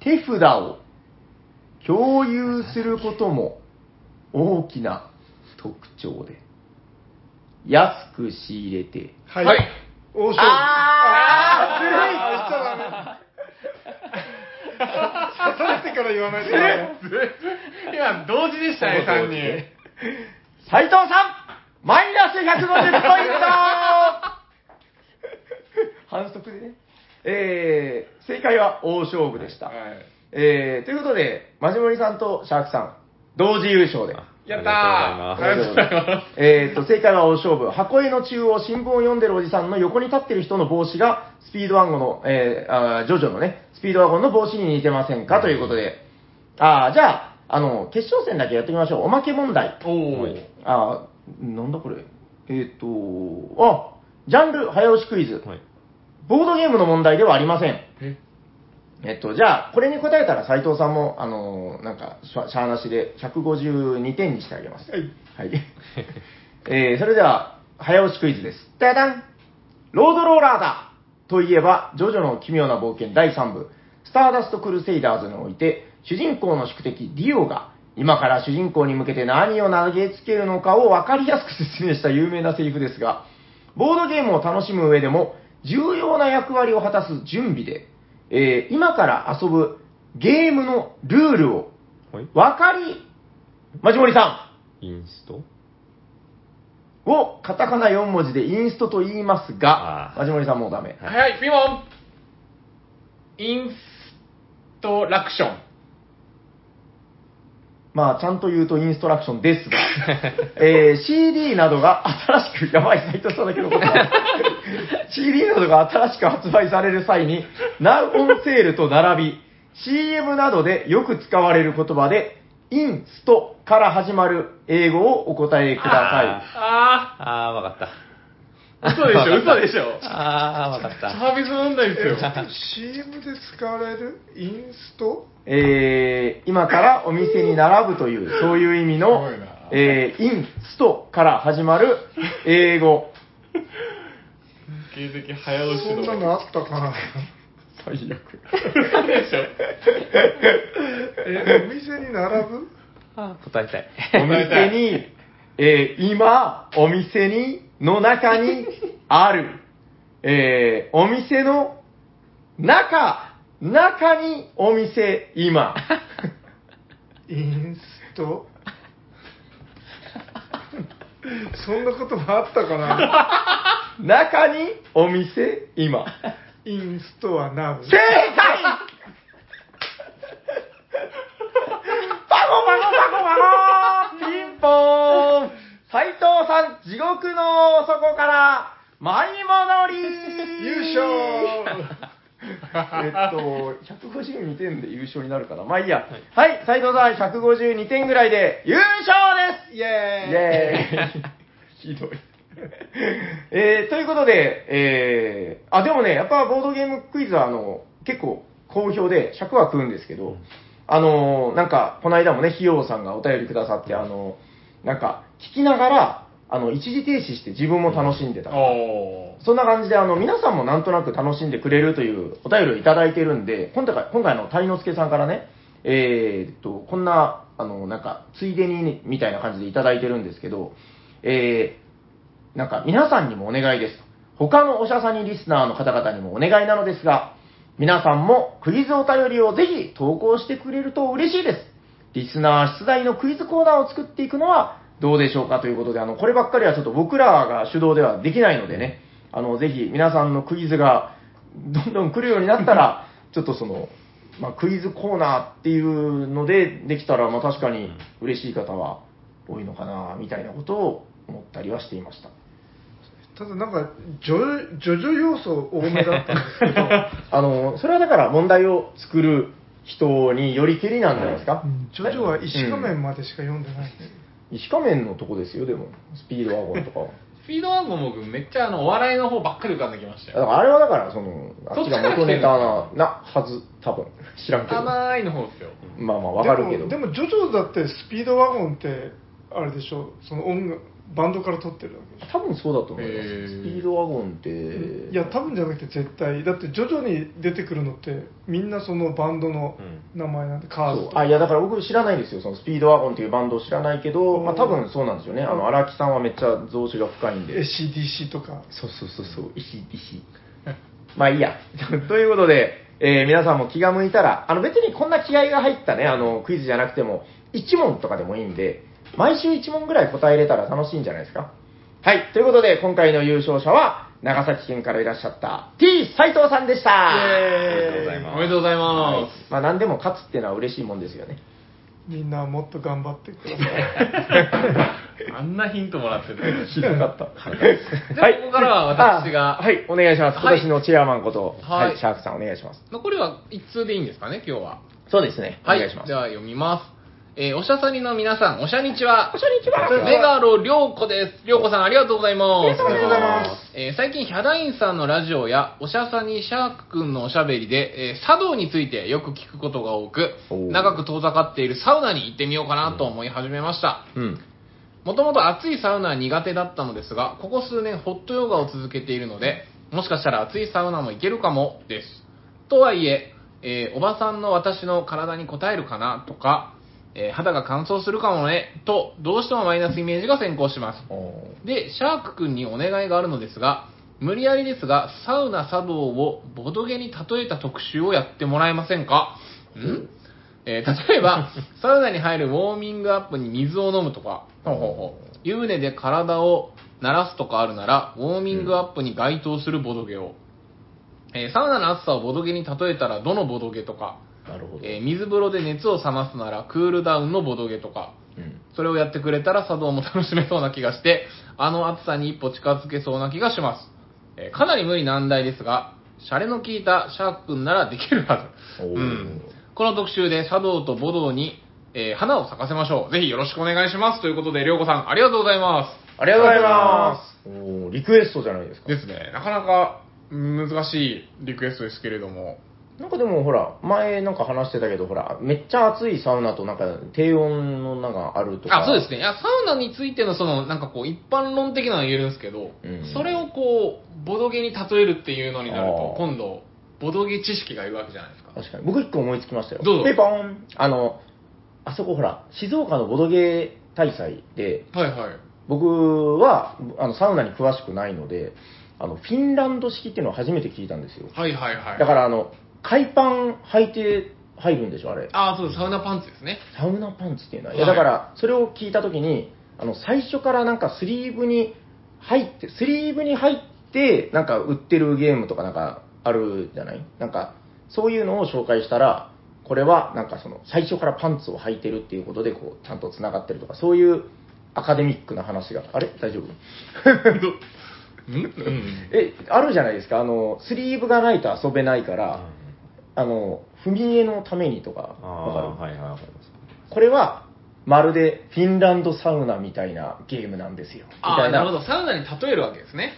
手札を共有することも大きな特徴で、安く仕入れて、はい。はい王将。あーずるいあーしちゃダメ。刺されてから言わないとダメ。今、同時でしたね、3人。斉藤さんマイナス150ポイント反則でね。えー、正解は大勝負でした。はいえー、ということで、マジモリさんとシャークさん、同時優勝で。やったーありがとうございます。えーっと、正解は大勝負。箱絵の中央、新聞を読んでるおじさんの横に立ってる人の帽子が、スピードワゴンの、えー、あージョジョのね、スピードワゴンの帽子に似てませんかということで。あーじゃあ、あの、決勝戦だけやってみましょう。おまけ問題。おおー。あーなんだこれ。えーっ、と、あ、ジャンル早押しクイズ。はい。ボードゲームの問題ではありません。ええっと、じゃあ、これに答えたら斎藤さんも、あのーなんか、しゃしゃーなしで152点にしてあげます。はい。はい。えー、それでは、早押しクイズです。ダダンロードローラーだといえば、ジョジョの奇妙な冒険第3部、スターダスト・クルセイダーズにおいて、主人公の宿敵ディオが、今から主人公に向けて何を投げつけるのかを分かりやすく説明した *laughs* 有名なセリフですが、ボードゲームを楽しむ上でも、重要な役割を果たす準備で、えー今から遊ぶゲームのルールをはい。分かり、マジモリさんインストをカタカナ4文字でインストと言いますがあ、ーマジモリさんもうダメ。はいはい、ピモンインストラクション。まあ、ちゃんと言うとインストラクションですが、えー CD などが新しく、やばい、斉藤さんだけのことだ CD などが新しく発売される際に、ナウオンセールと並び、CM などでよく使われる言葉で、インストから始まる英語をお答えくださああー、わかっあ嘘でしょ、嘘でし *laughs* ょ。た。あー、わかっサた。ービス問題ですよ。 CM で使われるインストい。えー今からお店に並ぶという、 *laughs* そういう意味のすごいな、えーインストから始まる *laughs* 英語。形跡早押しその。んなのあったかな最悪。嘘でしょ。え、お店に並ぶあー、答えたい。お店に、えー今、お店に、の中にある、えーお店の中、中にお店、 *laughs* 今。インストそんなこともあったかな中にお店、今。インストはナウ正解パコパコパコパコーピンポーン斉藤さん、地獄の底から、舞い戻り優勝えっと、152点で優勝になるかな。まあいいや。はい、斉藤さん、152点ぐらいで優勝ですイエーイイエーイ *laughs* ひどい。えーということで、えーあ、でもね、やっぱボードゲームクイズは、あの、結構好評で尺は食うんですけど、あのーなんか、この間もね、費用さんがお便りくださって、あのなんか、聞きながら、あの、一時停止して自分も楽しんでた。 *laughs* おそんな感じで、あの、皆さんもなんとなく楽しんでくれるというお便りをいただいてるんで、今回、今回の谷之助さんからね、えーっと、こんな、あの、なんか、ついでに、みたいな感じでいただいてるんですけど、えー、なんか、皆さんにもお願いですと。他のおしゃさにリスナーの方々にもお願いなのですが、皆さんもクイズお便りをぜひ投稿してくれると嬉しいです。リスナー出題のクイズコーナーを作っていくのはどうでしょうかということで、あの、こればっかりはちょっと僕らが主導ではできないのでね、あの、ぜひ皆さんのクイズがどんどん来るようになったら、ちょっとその、まあ、クイズコーナーっていうのでできたら、まあ、確かに嬉しい方は多いのかな、みたいなことを思ったりはしていました。ただなんかジョジョジョ要素多めだったんですけ *laughs* どあの、それはだから問題を作る人によりけりなんじゃないですか。うんジョジョは石仮面までしか読んでないんです、石仮面のとこですよ、でも。スピードワゴンとかは。スピードワゴン僕めっちゃあの、お笑いの方ばっかり浮かんできましただかよ。らあれはだから、その、あそっっちちかがら来てる元ネタな、なはず、多分。知らんけど。ま甘いの方ですよ。あまあ、わかるけど。でもでもジョジョだってスピードワゴンってあれでしょその音楽バンドから撮ってるわけでし多分そうだと思います。へースピードワゴンって。ょいや多分じゃなくて絶対だって徐々に出てくるのってみんなそのバンドの名前なんで、カーズそとうかあいやだから僕知らないんですよ、そのスピードワゴンっていうバンドを知らないけど、まあ多分そうなんですよね、あの荒木さんはめっちゃ造詞が深いんで、 ACDC とかそうそうそうそう、いしい *laughs* し。まあいいや。 *laughs* ということで、えー皆さんも気が向いたら、あの別にこんな気合が入ったね、あのクイズじゃなくても、1問とかでもいいんで、毎週1問ぐらい答えれたら楽しいんじゃないですか。はい。ということで、今回の優勝者は、長崎県からいらっしゃった T 斎藤さんでした。りがとうございますおめでとうございまはいまあ何でも勝つっていうのは嬉しいもんですよね。みんなもっと頑張ってくださいす。 *laughs* あんなヒントもらってて。 *laughs* ひどかった。じゃあここからは私があはい、お願いします。は今い年のチェアマンこと、はいはい、シャークさんお願いします。残りは1通でいいんですかね、今日は。そうですね。はい。お願いしますじ。ゃあ読みます。えーおしゃさりの皆さん、おしゃにちは。おしゃにちはメガロりょうこです。りょうこさん、ありがとうございます。ありが。とうございますえー最近、ヒャダインさんのラジオや、おしゃさにシャークくんのおしゃべりで、えー茶道についてよく聞くことが多くお、ー長く遠ざかっているサウナに行ってみようかなと思い始めました。うん。もともと暑いサウナは苦手だったのですが、ここ数年ホットヨガを続けているので、もしかしたら暑いサウナもいけるかも、です。とはいえ、えーおばさんの私の体に応えるかなとか、えー肌が乾燥するかもね、と、どうしてもマイナスイメージが先行します。で、シャーク君にお願いがあるのですが、無理やりですが、サウナ茶道をボドゲに例えた特集をやってもらえませんかん、えー例えば、サウナに入るウォーミングアップに水を飲むとか、湯船で体を慣らすとかあるなら、ウォーミングアップに該当するボドゲを。えーサウナの暑さをボドゲに例えたらどのボドゲとか、なるほど。えー水風呂で熱を冷ますならクールダウンのボドゲとか、うん。それをやってくれたら茶道も楽しめそうな気がして、あの暑さに一歩近づけそうな気がします。えーかなり無理難題ですが、シャレの効いたシャーク君ならできるはず。おーうんこの特集で茶道とボ道に、えー花を咲かせましょう。ぜひよろしくお願いします。ということで、りょうこさん、ありがとうございまありがとうございます。おーリクエストじゃないですす。か。ですね、なかなか難しいリクエストですけれども、なんかでもほら、前なんか話してたけど、ほら、めっちゃ暑いサウナとなんか低温のなんかあるとか。あそうですねいやサウナについてのそのなんかこう一般論的なのは言えるんですけど、うんそれをこうボドゲに例えるっていうのになるあとー今度ボドゲ知識がいるわけじゃないですか確かに。僕一個思いつきましたよ。どうぞペポーンあの、あそこほら、静岡のボドゲー大祭で、はいはい僕はあのサウナに詳しくないのであのフィンランド式っていうのを初めて聞いたんですよはいはいはいだからあの海パン履いて入るんでしょあれああそうですサウナパンツですねサウナパンツっていうのは、い、はやいだからそれを聞いた時にあの最初からなんかスリーブに入ってスリーブに入ってなんか売ってるゲームとかなんかあるじゃないなんかそういうのを紹介したらこれはなんかその最初からパンツを履いてるっていうことでこうちゃんとつながってるとかそういうアカデミックな話があれ大 *laughs* 丈夫 *laughs* うん、うん、え、あるじゃないですか、あの、スリーブがないと遊べないから、あの、踏み絵のためにとか、ああわかる、はいはいわかりますこれは、まるでフィンランドサウナみたいなゲームなんですよ。みあたあいなるほどサウナに例えるわけですね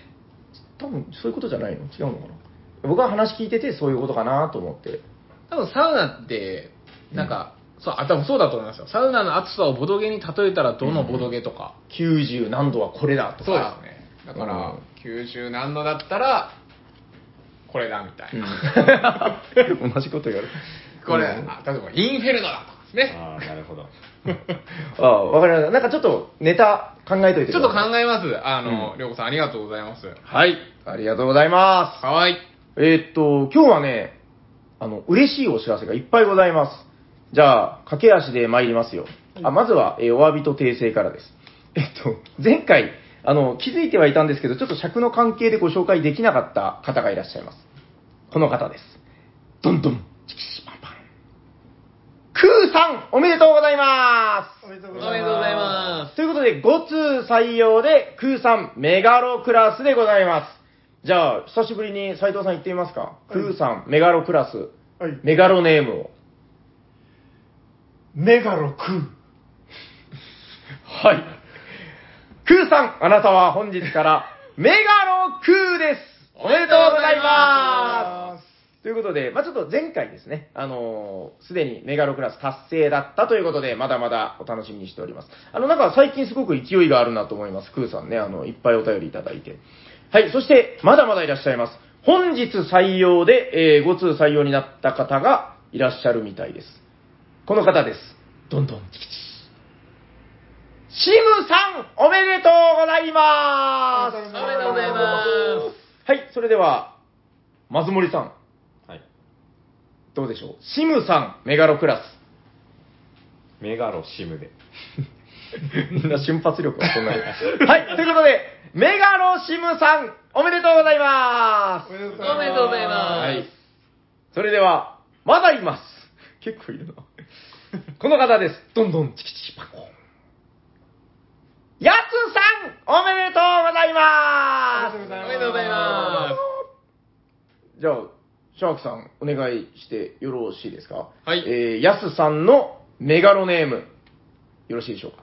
多分そういうことじゃないの違うのかな僕は話聞いててそういうことかなと思って。多分サウナってなんか、そうあ多分そうだと思いますよサウナの暑さをボドゲに例えたらどのボドゲとか、 90何度はこれだとか。そうですねだから、うん90何度だったらこれだみたいな、うん *laughs* 同じこと言われる。これ、うんあ例えばインフェルノだとかですね。ああなるほどああ、わかりました。なんかちょっとネタ考えといてちょっとえ考えます。あの、うりょうこさんありがとうございます。はい。ありがとうございます。かわいい。えーっと、今日はね、あの、嬉しいお知らせがいっぱいございます。じゃあ、駆け足で参りますよ。あまずは、えーお詫びと訂正からです。 *laughs* えっと、前回、あの、気づいてはいたんですけど、ちょっと尺の関係でご紹介できなかった方がいらっしゃいます。この方です。どんどん、チキシパンパン。クーさん、おめでとうございますおめでとおうめごでざいとうごまざいま。ということで、5通採用で、クーさんメガロクラスでございます。じゃあ、久しぶりに斉藤さん行ってみますか。いクーさんメガロクラス、すはいメガロネームを。メガロクはい。クーさん、あなたは *laughs* 本日からメガロクーです。おめでとうございますす。ということで、まあ、ちょっと前回ですね、あのーすでにメガロクラス達成だったということで、まだまだお楽しみにしております。あの、なんか最近すごく勢いがあるなと思います。クーさんね、あの、いっぱいお便りいただいて。はい、そして、まだまだいらっしゃいます。本日採用で、えー、5通採用になった方がいらっしゃるみたいです。この方です。どんどんチキチキ。シムさん、おめでとうございます。おめでおめでとうございますはい、それでは、松森さん、はい。どうでしょう。シムさん、メガロクラス。メガロシムで。みんな瞬発力はそんなに。はい、ということで、メガロシムさん、おめでとうございます。でとうおめでとうございますはい。それでは、まだいます。結構いるな。この方です。どんどんチキチキパコン。やつさん、おめでとうございます。おめでとおめでとううございますございます。じゃあ、シャークさん、お願いしてよろしいですかはいえー、やすさんのメガロネーム、よろしいでしょうか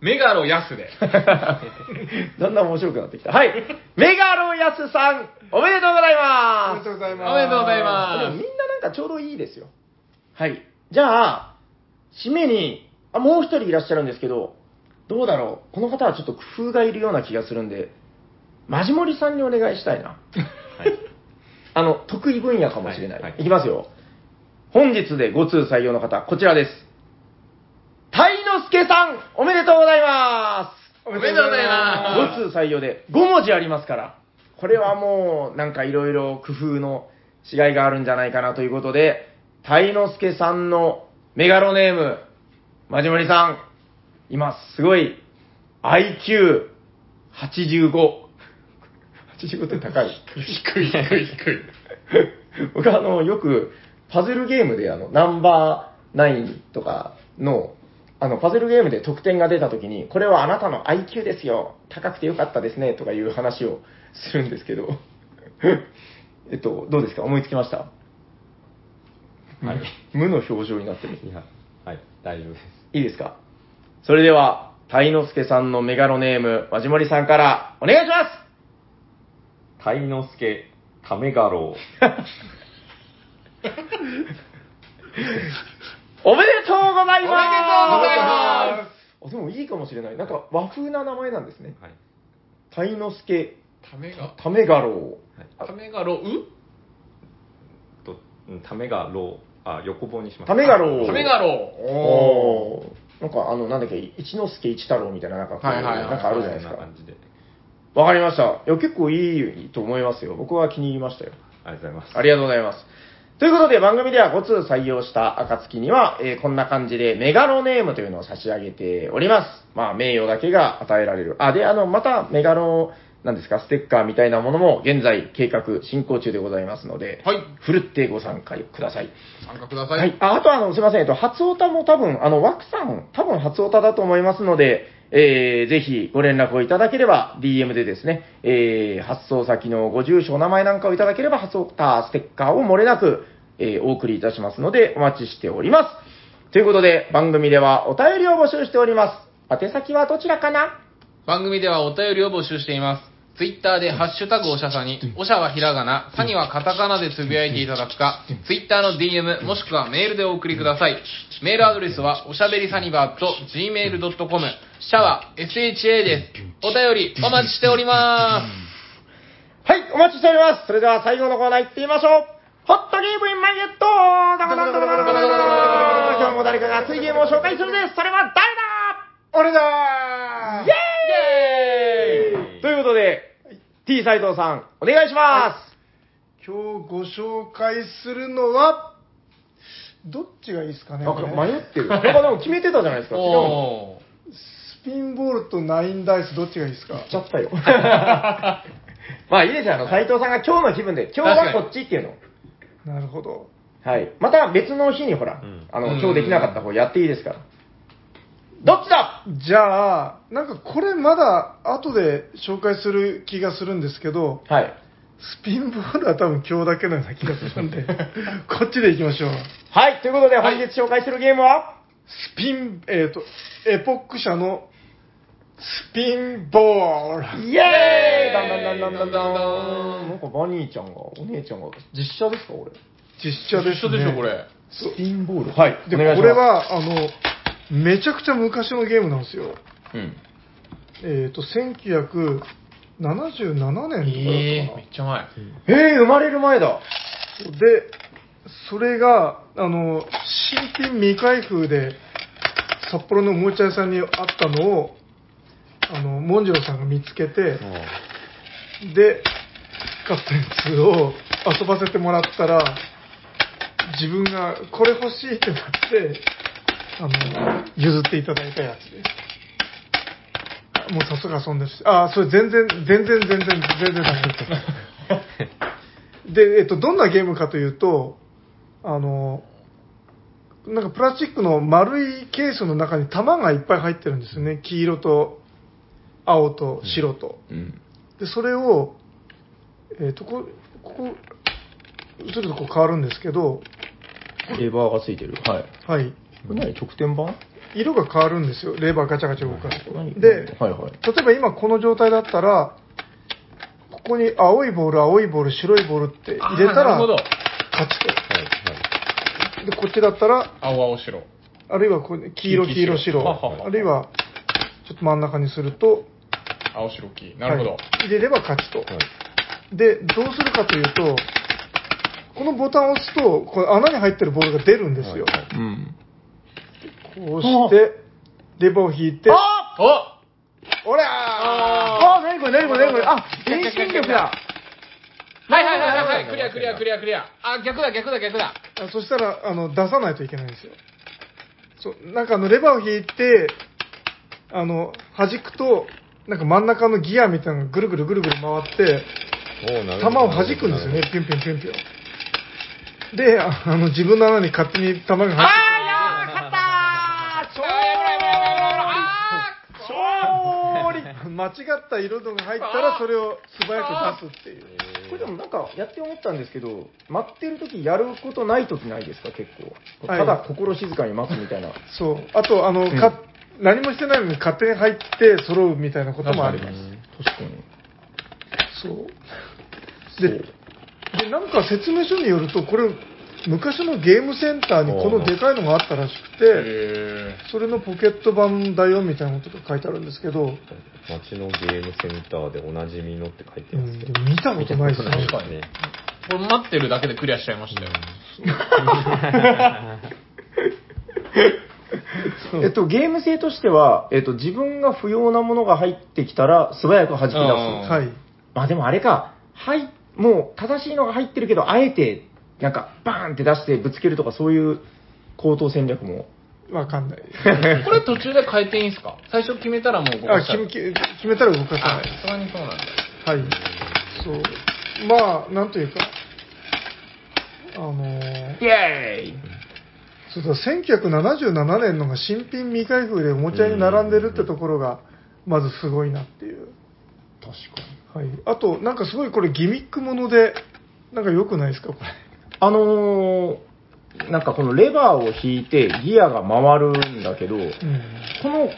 メガロヤスで。 *laughs* だんだん面白くなってきた。はい。メガロヤスさん、おめでとうございおまめでとうす。ございます。おめでとうございす。あでもまみんす。ななんかちょうどいいですよ。はい。じゃあ、締めに、あもう一人いらっしゃるんですけど、どうだろう。この方はちょっと工夫がいるような気がするんで、マジモリさんにお願いしたいな。はい。あの、得意分野かもしれない。はいいはいきますよ。本日で5通採用の方、こちらです。たいのすけさん、おめでとうございます。おめでとうございます。 5通採用で5文字ありますから、これはもうなんかいろいろ工夫の違いがあるんじゃないかなということで、たいのすけさんのメガロネーム、まじもりさん、今すごい IQ85。85って高い。低い、低い、低い。 *laughs* 僕はあの、よく、パズルゲームであの、ナンバーナインとかの、あの、パズルゲームで得点が出たときに、これはあなたの IQ ですよ。高くてよかったですね。とかいう話をするんですけど。 *laughs* えっと、どうですか思いつきましたはい。無の表情になってる。いや、はい、大丈夫です。いいですかそれでは、たいのすけさんのメガロネーム、まじもりさんから、お願いしますタイノスケ、タメガロおめでとうおめでとうございますございますあでもいいかもしれない。なんか和風な名前なんですね。はい。タイノスケ、ためが、タメガロためがろうと、うんタメガロあ、横棒にしウ。ます。タメガロウ。ためがろうおーなんかあの、なんだっけ、一之助一太郎みたいな、なんかこう、はいはいはいなんかあるじゃなそんいですなか感。じで。わかりました。いや、結構いいと思いますよ。僕は気に入りましたよ。ありがとうございます。ありがとうございます。ということで、番組では5通採用した暁には、えーこんな感じでメガロネームというのを差し上げております。まあ、名誉だけが与えられる。あ、で、あの、またメガロ、なんですか、ステッカーみたいなものも現在計画進行中でございますので、はいふるってご参加ください。参加ください。はい。ああと、あの、すいません。えっと、初オタも多分、あの、枠さん、多分初オタだと思いますので、えー、ぜひご連絡をいただければ、DM でですね、えー、発送先のご住所、お名前なんかをいただければ、初オタステッカーを漏れなく、えー、お送りいたしますので、お待ちしております。ということで、番組ではお便りを募集しております。宛先はどちらかな番組ではお便りを募集しています。ツイッターでハッシュタグおしゃさに、おしゃはひらがな、さにはカタカナでつぶやいていただくか、ツイッターの DM もしくはメールでお送りください。メールアドレスはおしゃべりサニバーと gmail.com、シャワー SHA です。お便りお待ちしております。はい、お待ちしております。それでは最後のコーナー行ってみましょう。ホットゲームインマイゲット今日も誰かが熱いゲームを紹介するです。それは誰だ俺だーイェーイということで、T 斎藤さん、お願いします。今日ご紹介するのは、どっちがいいですかね。なんこかれ迷ってる。なんかでも決めてたじゃないですか。違うのおースピンボールとナインダイスどっちがいいですか言っちゃったよ。まあいいですよ。あの、斎藤さんが今日の気分で、今日はこっちっていうの。なるほど。はい。また別の日にほら、うんあうんの、今日できなかった方やっていいですから。どっちだじゃあ、なんかこれまだ後で紹介する気がするんですけど、はい。スピンボールは多分今日だけのような気がするんで、 *laughs* こっちでいきましょう。はい、ということで本日紹介するゲームは、スピン、えっ、と、エポック社のスピンボールイエーイダだンんダだンんダだンんダだンダンダンんだんなんかバニーちゃんが、お姉ちゃんが、実写ですか、俺。実写で一す、緒でしょ、こ。れ。スピンボール。はい。で、お願いしまこれ、すは、あの、めちゃくちゃ昔のゲームなんですよ。うん。えっ、と、1977年とかだったかえな。えめっちゃ前。えー、生まれる前だ。で、それが、あの、新品未開封で、札幌のおもちゃ屋さんにあったのを、あの、モンジロさんが見つけて、で、買ったやつを遊ばせてもらったら、自分がこれ欲しいってなって、あの、譲っていただいたやつです。あもう早速遊んでるし。あ、それ全然、全然、全然、全然ダメだった。で、えっと、どんなゲームかというと、あの、なんかプラスチックの丸いケースの中に玉がいっぱい入ってるんですよね。黄色と青と白と。うん。でそれを、えー、とこここちょっとこう変わるんですけど、レバーがついてる。はい。はい、これ何直転版色が変わるんですよレバーガチャガチャ動かすとはいではいはい例えば今この状態だったらここに青いボール青いボール白いボールって入れたあーなるらほど勝ちとでこっちだったら青青白。あるいはここに黄色黄は色はは白あるいはちょっと真ん中にすると青白黄。なるほどはい。入れれば勝ちと、でどうするかというとこのボタンを押すとこの穴に入ってるボールが出るんですよ、うん。こうしてレバーを引いてあおおらあなにこれなにこれなにこれあ、遠心力だはいはいはいはいはい、クリアクリアクリアクリア。あ、逆だ逆だ逆だ。ーあそしたらあの出さないといけないんですよそうなんかあのレバーを引いてあの弾くとなんか真ん中のギアみたいなのがぐるぐるぐるぐる回って球を弾くんですよねピュンピュンピュンピュンでああの自分の穴に勝手に球が入ってくるあー、勝ったー超え間違った色のが入ったらそれを素早く出すっていうこれでもなんかやって思ったんですけど、待ってる時やることない時ないですか、結構。はいただ心静かに待つみたいな。そうあとあの、んか何もしてないのに勝手に入って揃うみたいなこともあります確かに。そうででなんか説明書によるとこれ昔のゲームセンターにこのでかいのがあったらしくてへー。それのポケット版だよみたいなことが書いてあるんですけど、街のゲームセンターでおなじみのって書いてうますん、けでど、も見たことないですね確かにね。これ待ってるだけでクリアしちゃいましたよ。えっと、ゲーム性としては、えっと、自分が不要なものが入ってきたら素早く弾き出す。うんはいまあでもあれか、はい、もう正しいのが入ってるけど、あえて、なんか、バーンって出してぶつけるとか、そういう高等戦略も。わかんないこれ途中で変えていいんすか最初決めたらもう動あかしちゃ決めう。決めたら動かさあない、さすがにそうなんだ。はい。そう。まあ、なんというか、あのーイェーイそうだ、1977年のが新品未開封でおもちゃに並んでるってところが、まずすごいなっていう。確かに。はい。あと、なんかすごいこれギミックもので、なんか良くないですか、これ。あのー、なんかこのレバーを引いてギアが回るんだけど、うん。この、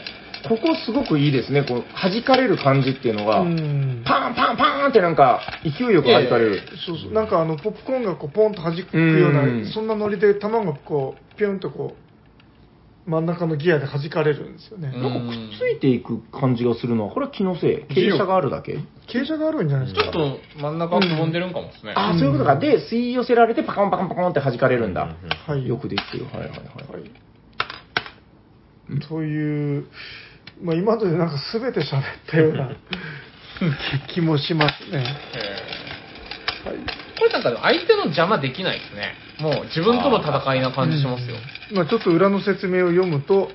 ここすごくいいですね。この弾かれる感じっていうのが、うん。パンパンパーンってなんか勢いよく弾かれる。そうそう。なんかあの、ポップコーンがこう、ポンと弾くような、うんそんなノリで弾がこう、ピュンとこう、真ん中のギアで弾かれるんですよね。うんなんかくっついていく感じがするのは、これは気のせい。傾斜があるだけ。傾斜があるんじゃないですちか。ょっと真ん中くぼんでるんかもですね。ああ、そういうことか。で、吸い寄せられてパコンパコンパコンって弾かれるんだ。はい。よくできてる。はいはいはい。という、まあ、今までなんか全て喋ったような気気もしますね。へはいーこれなんかでも相手の邪魔できないですね。もう自分との戦いな感じしますよ。まあ、ちょっと裏の説明を読むと、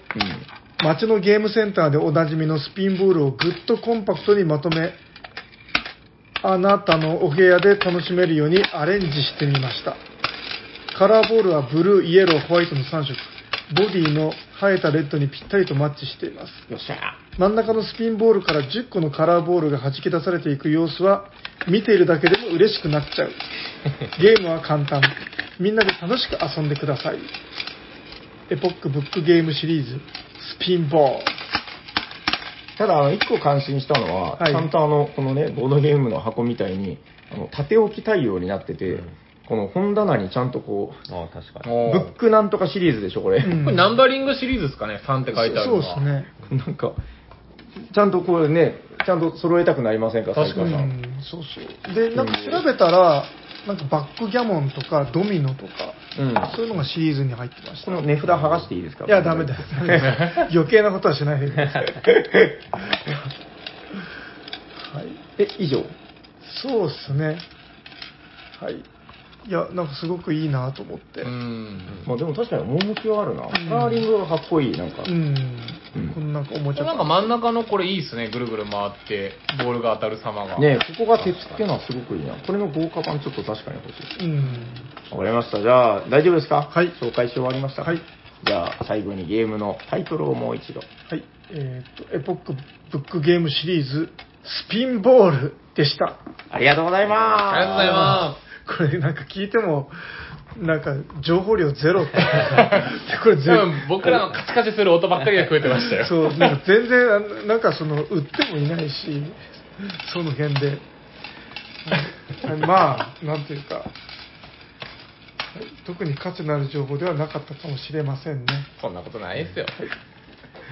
街のゲームセンターでおなじみのスピンボールをぐっとコンパクトにまとめ、あなたのお部屋で楽しめるようにアレンジしてみました。カラーボールはブルー、イエロー、ホワイトの3色。ボディの生えたレッドにぴったりとマッチしています。うん。よっしゃ真ん中のスピンボールから10個のカラーボールが弾き出されていく様子は見ているだけでも嬉しくなっちゃうゲームは簡単みんなで楽しく遊んでくださいエポックブックゲームシリーズスピンボールただ、あの、一個感心したのは、はいちゃんとあの、このね、ボードゲームの箱みたいに、あの、縦置き対応になってて、うんこの本棚にちゃんとこう、ああ、確かに。ブッこクなんとかシリーズでしょ、これ。うんれナンバリングシリーズですかね ?3 って書いてあるそのうは。ですね。 *laughs* なんか、ちゃんとこうね、ちゃんと揃えたくなりませんか、確かうに斉藤ん、そうそう。で、なんか調べたら、なんかバックギャモンとかドミノとか、さんうん。そういうのがシリーズに入ってましこた。の値札剥がしていいですかいや、ダメだよ。ダメだよ余計なことはしないでください。はい。え、以上。そうですね。はい。いや、なんかすごくいいなと思って。ううん。ん。まあでも確かに趣はあるな。カーリングはかっこいい、なんか。うんこんなんかおこもちれゃなんか真ん中のこれいいですね。ぐるぐる回って、ボールが当たる様が。ねここが手付けのはすごくいいな。これの豪華版ちょっと確かに欲しい。うん。わかりました。じゃあ、大丈夫ですかはい紹介し終わりました。はい。じゃあ、最後にゲームのタイトルをもう一度。はい。えっ、と、エポックブックゲームシリーズ、スピンボールでした。ありがとうございます。ありがとうございまこれなんか聞いても、なんか情報量 *laughs* ゼロっていうかこれす。全多分僕らのカチカチする音ばっかりが増えてましたよ。そう、なんか全然、あのなんかその、売ってもいないし、その辺で。あのまあ、なんていうか、はい特に価値のある情報ではなかったかもしれませんね。そんなことないですよ。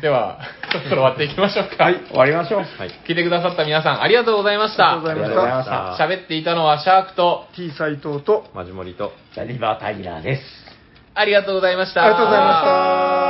では、 *laughs* そろそろ終わっていきましょうか。終わりましょう。はい。聞いてくださった皆さんありがとうございました。ありがとうございましたありがとうございま喋っていたのはシャークと、 T 斎藤と、マジモリと。した。じゃあリバータイラーです。ありがとうございました。ありがとうございました。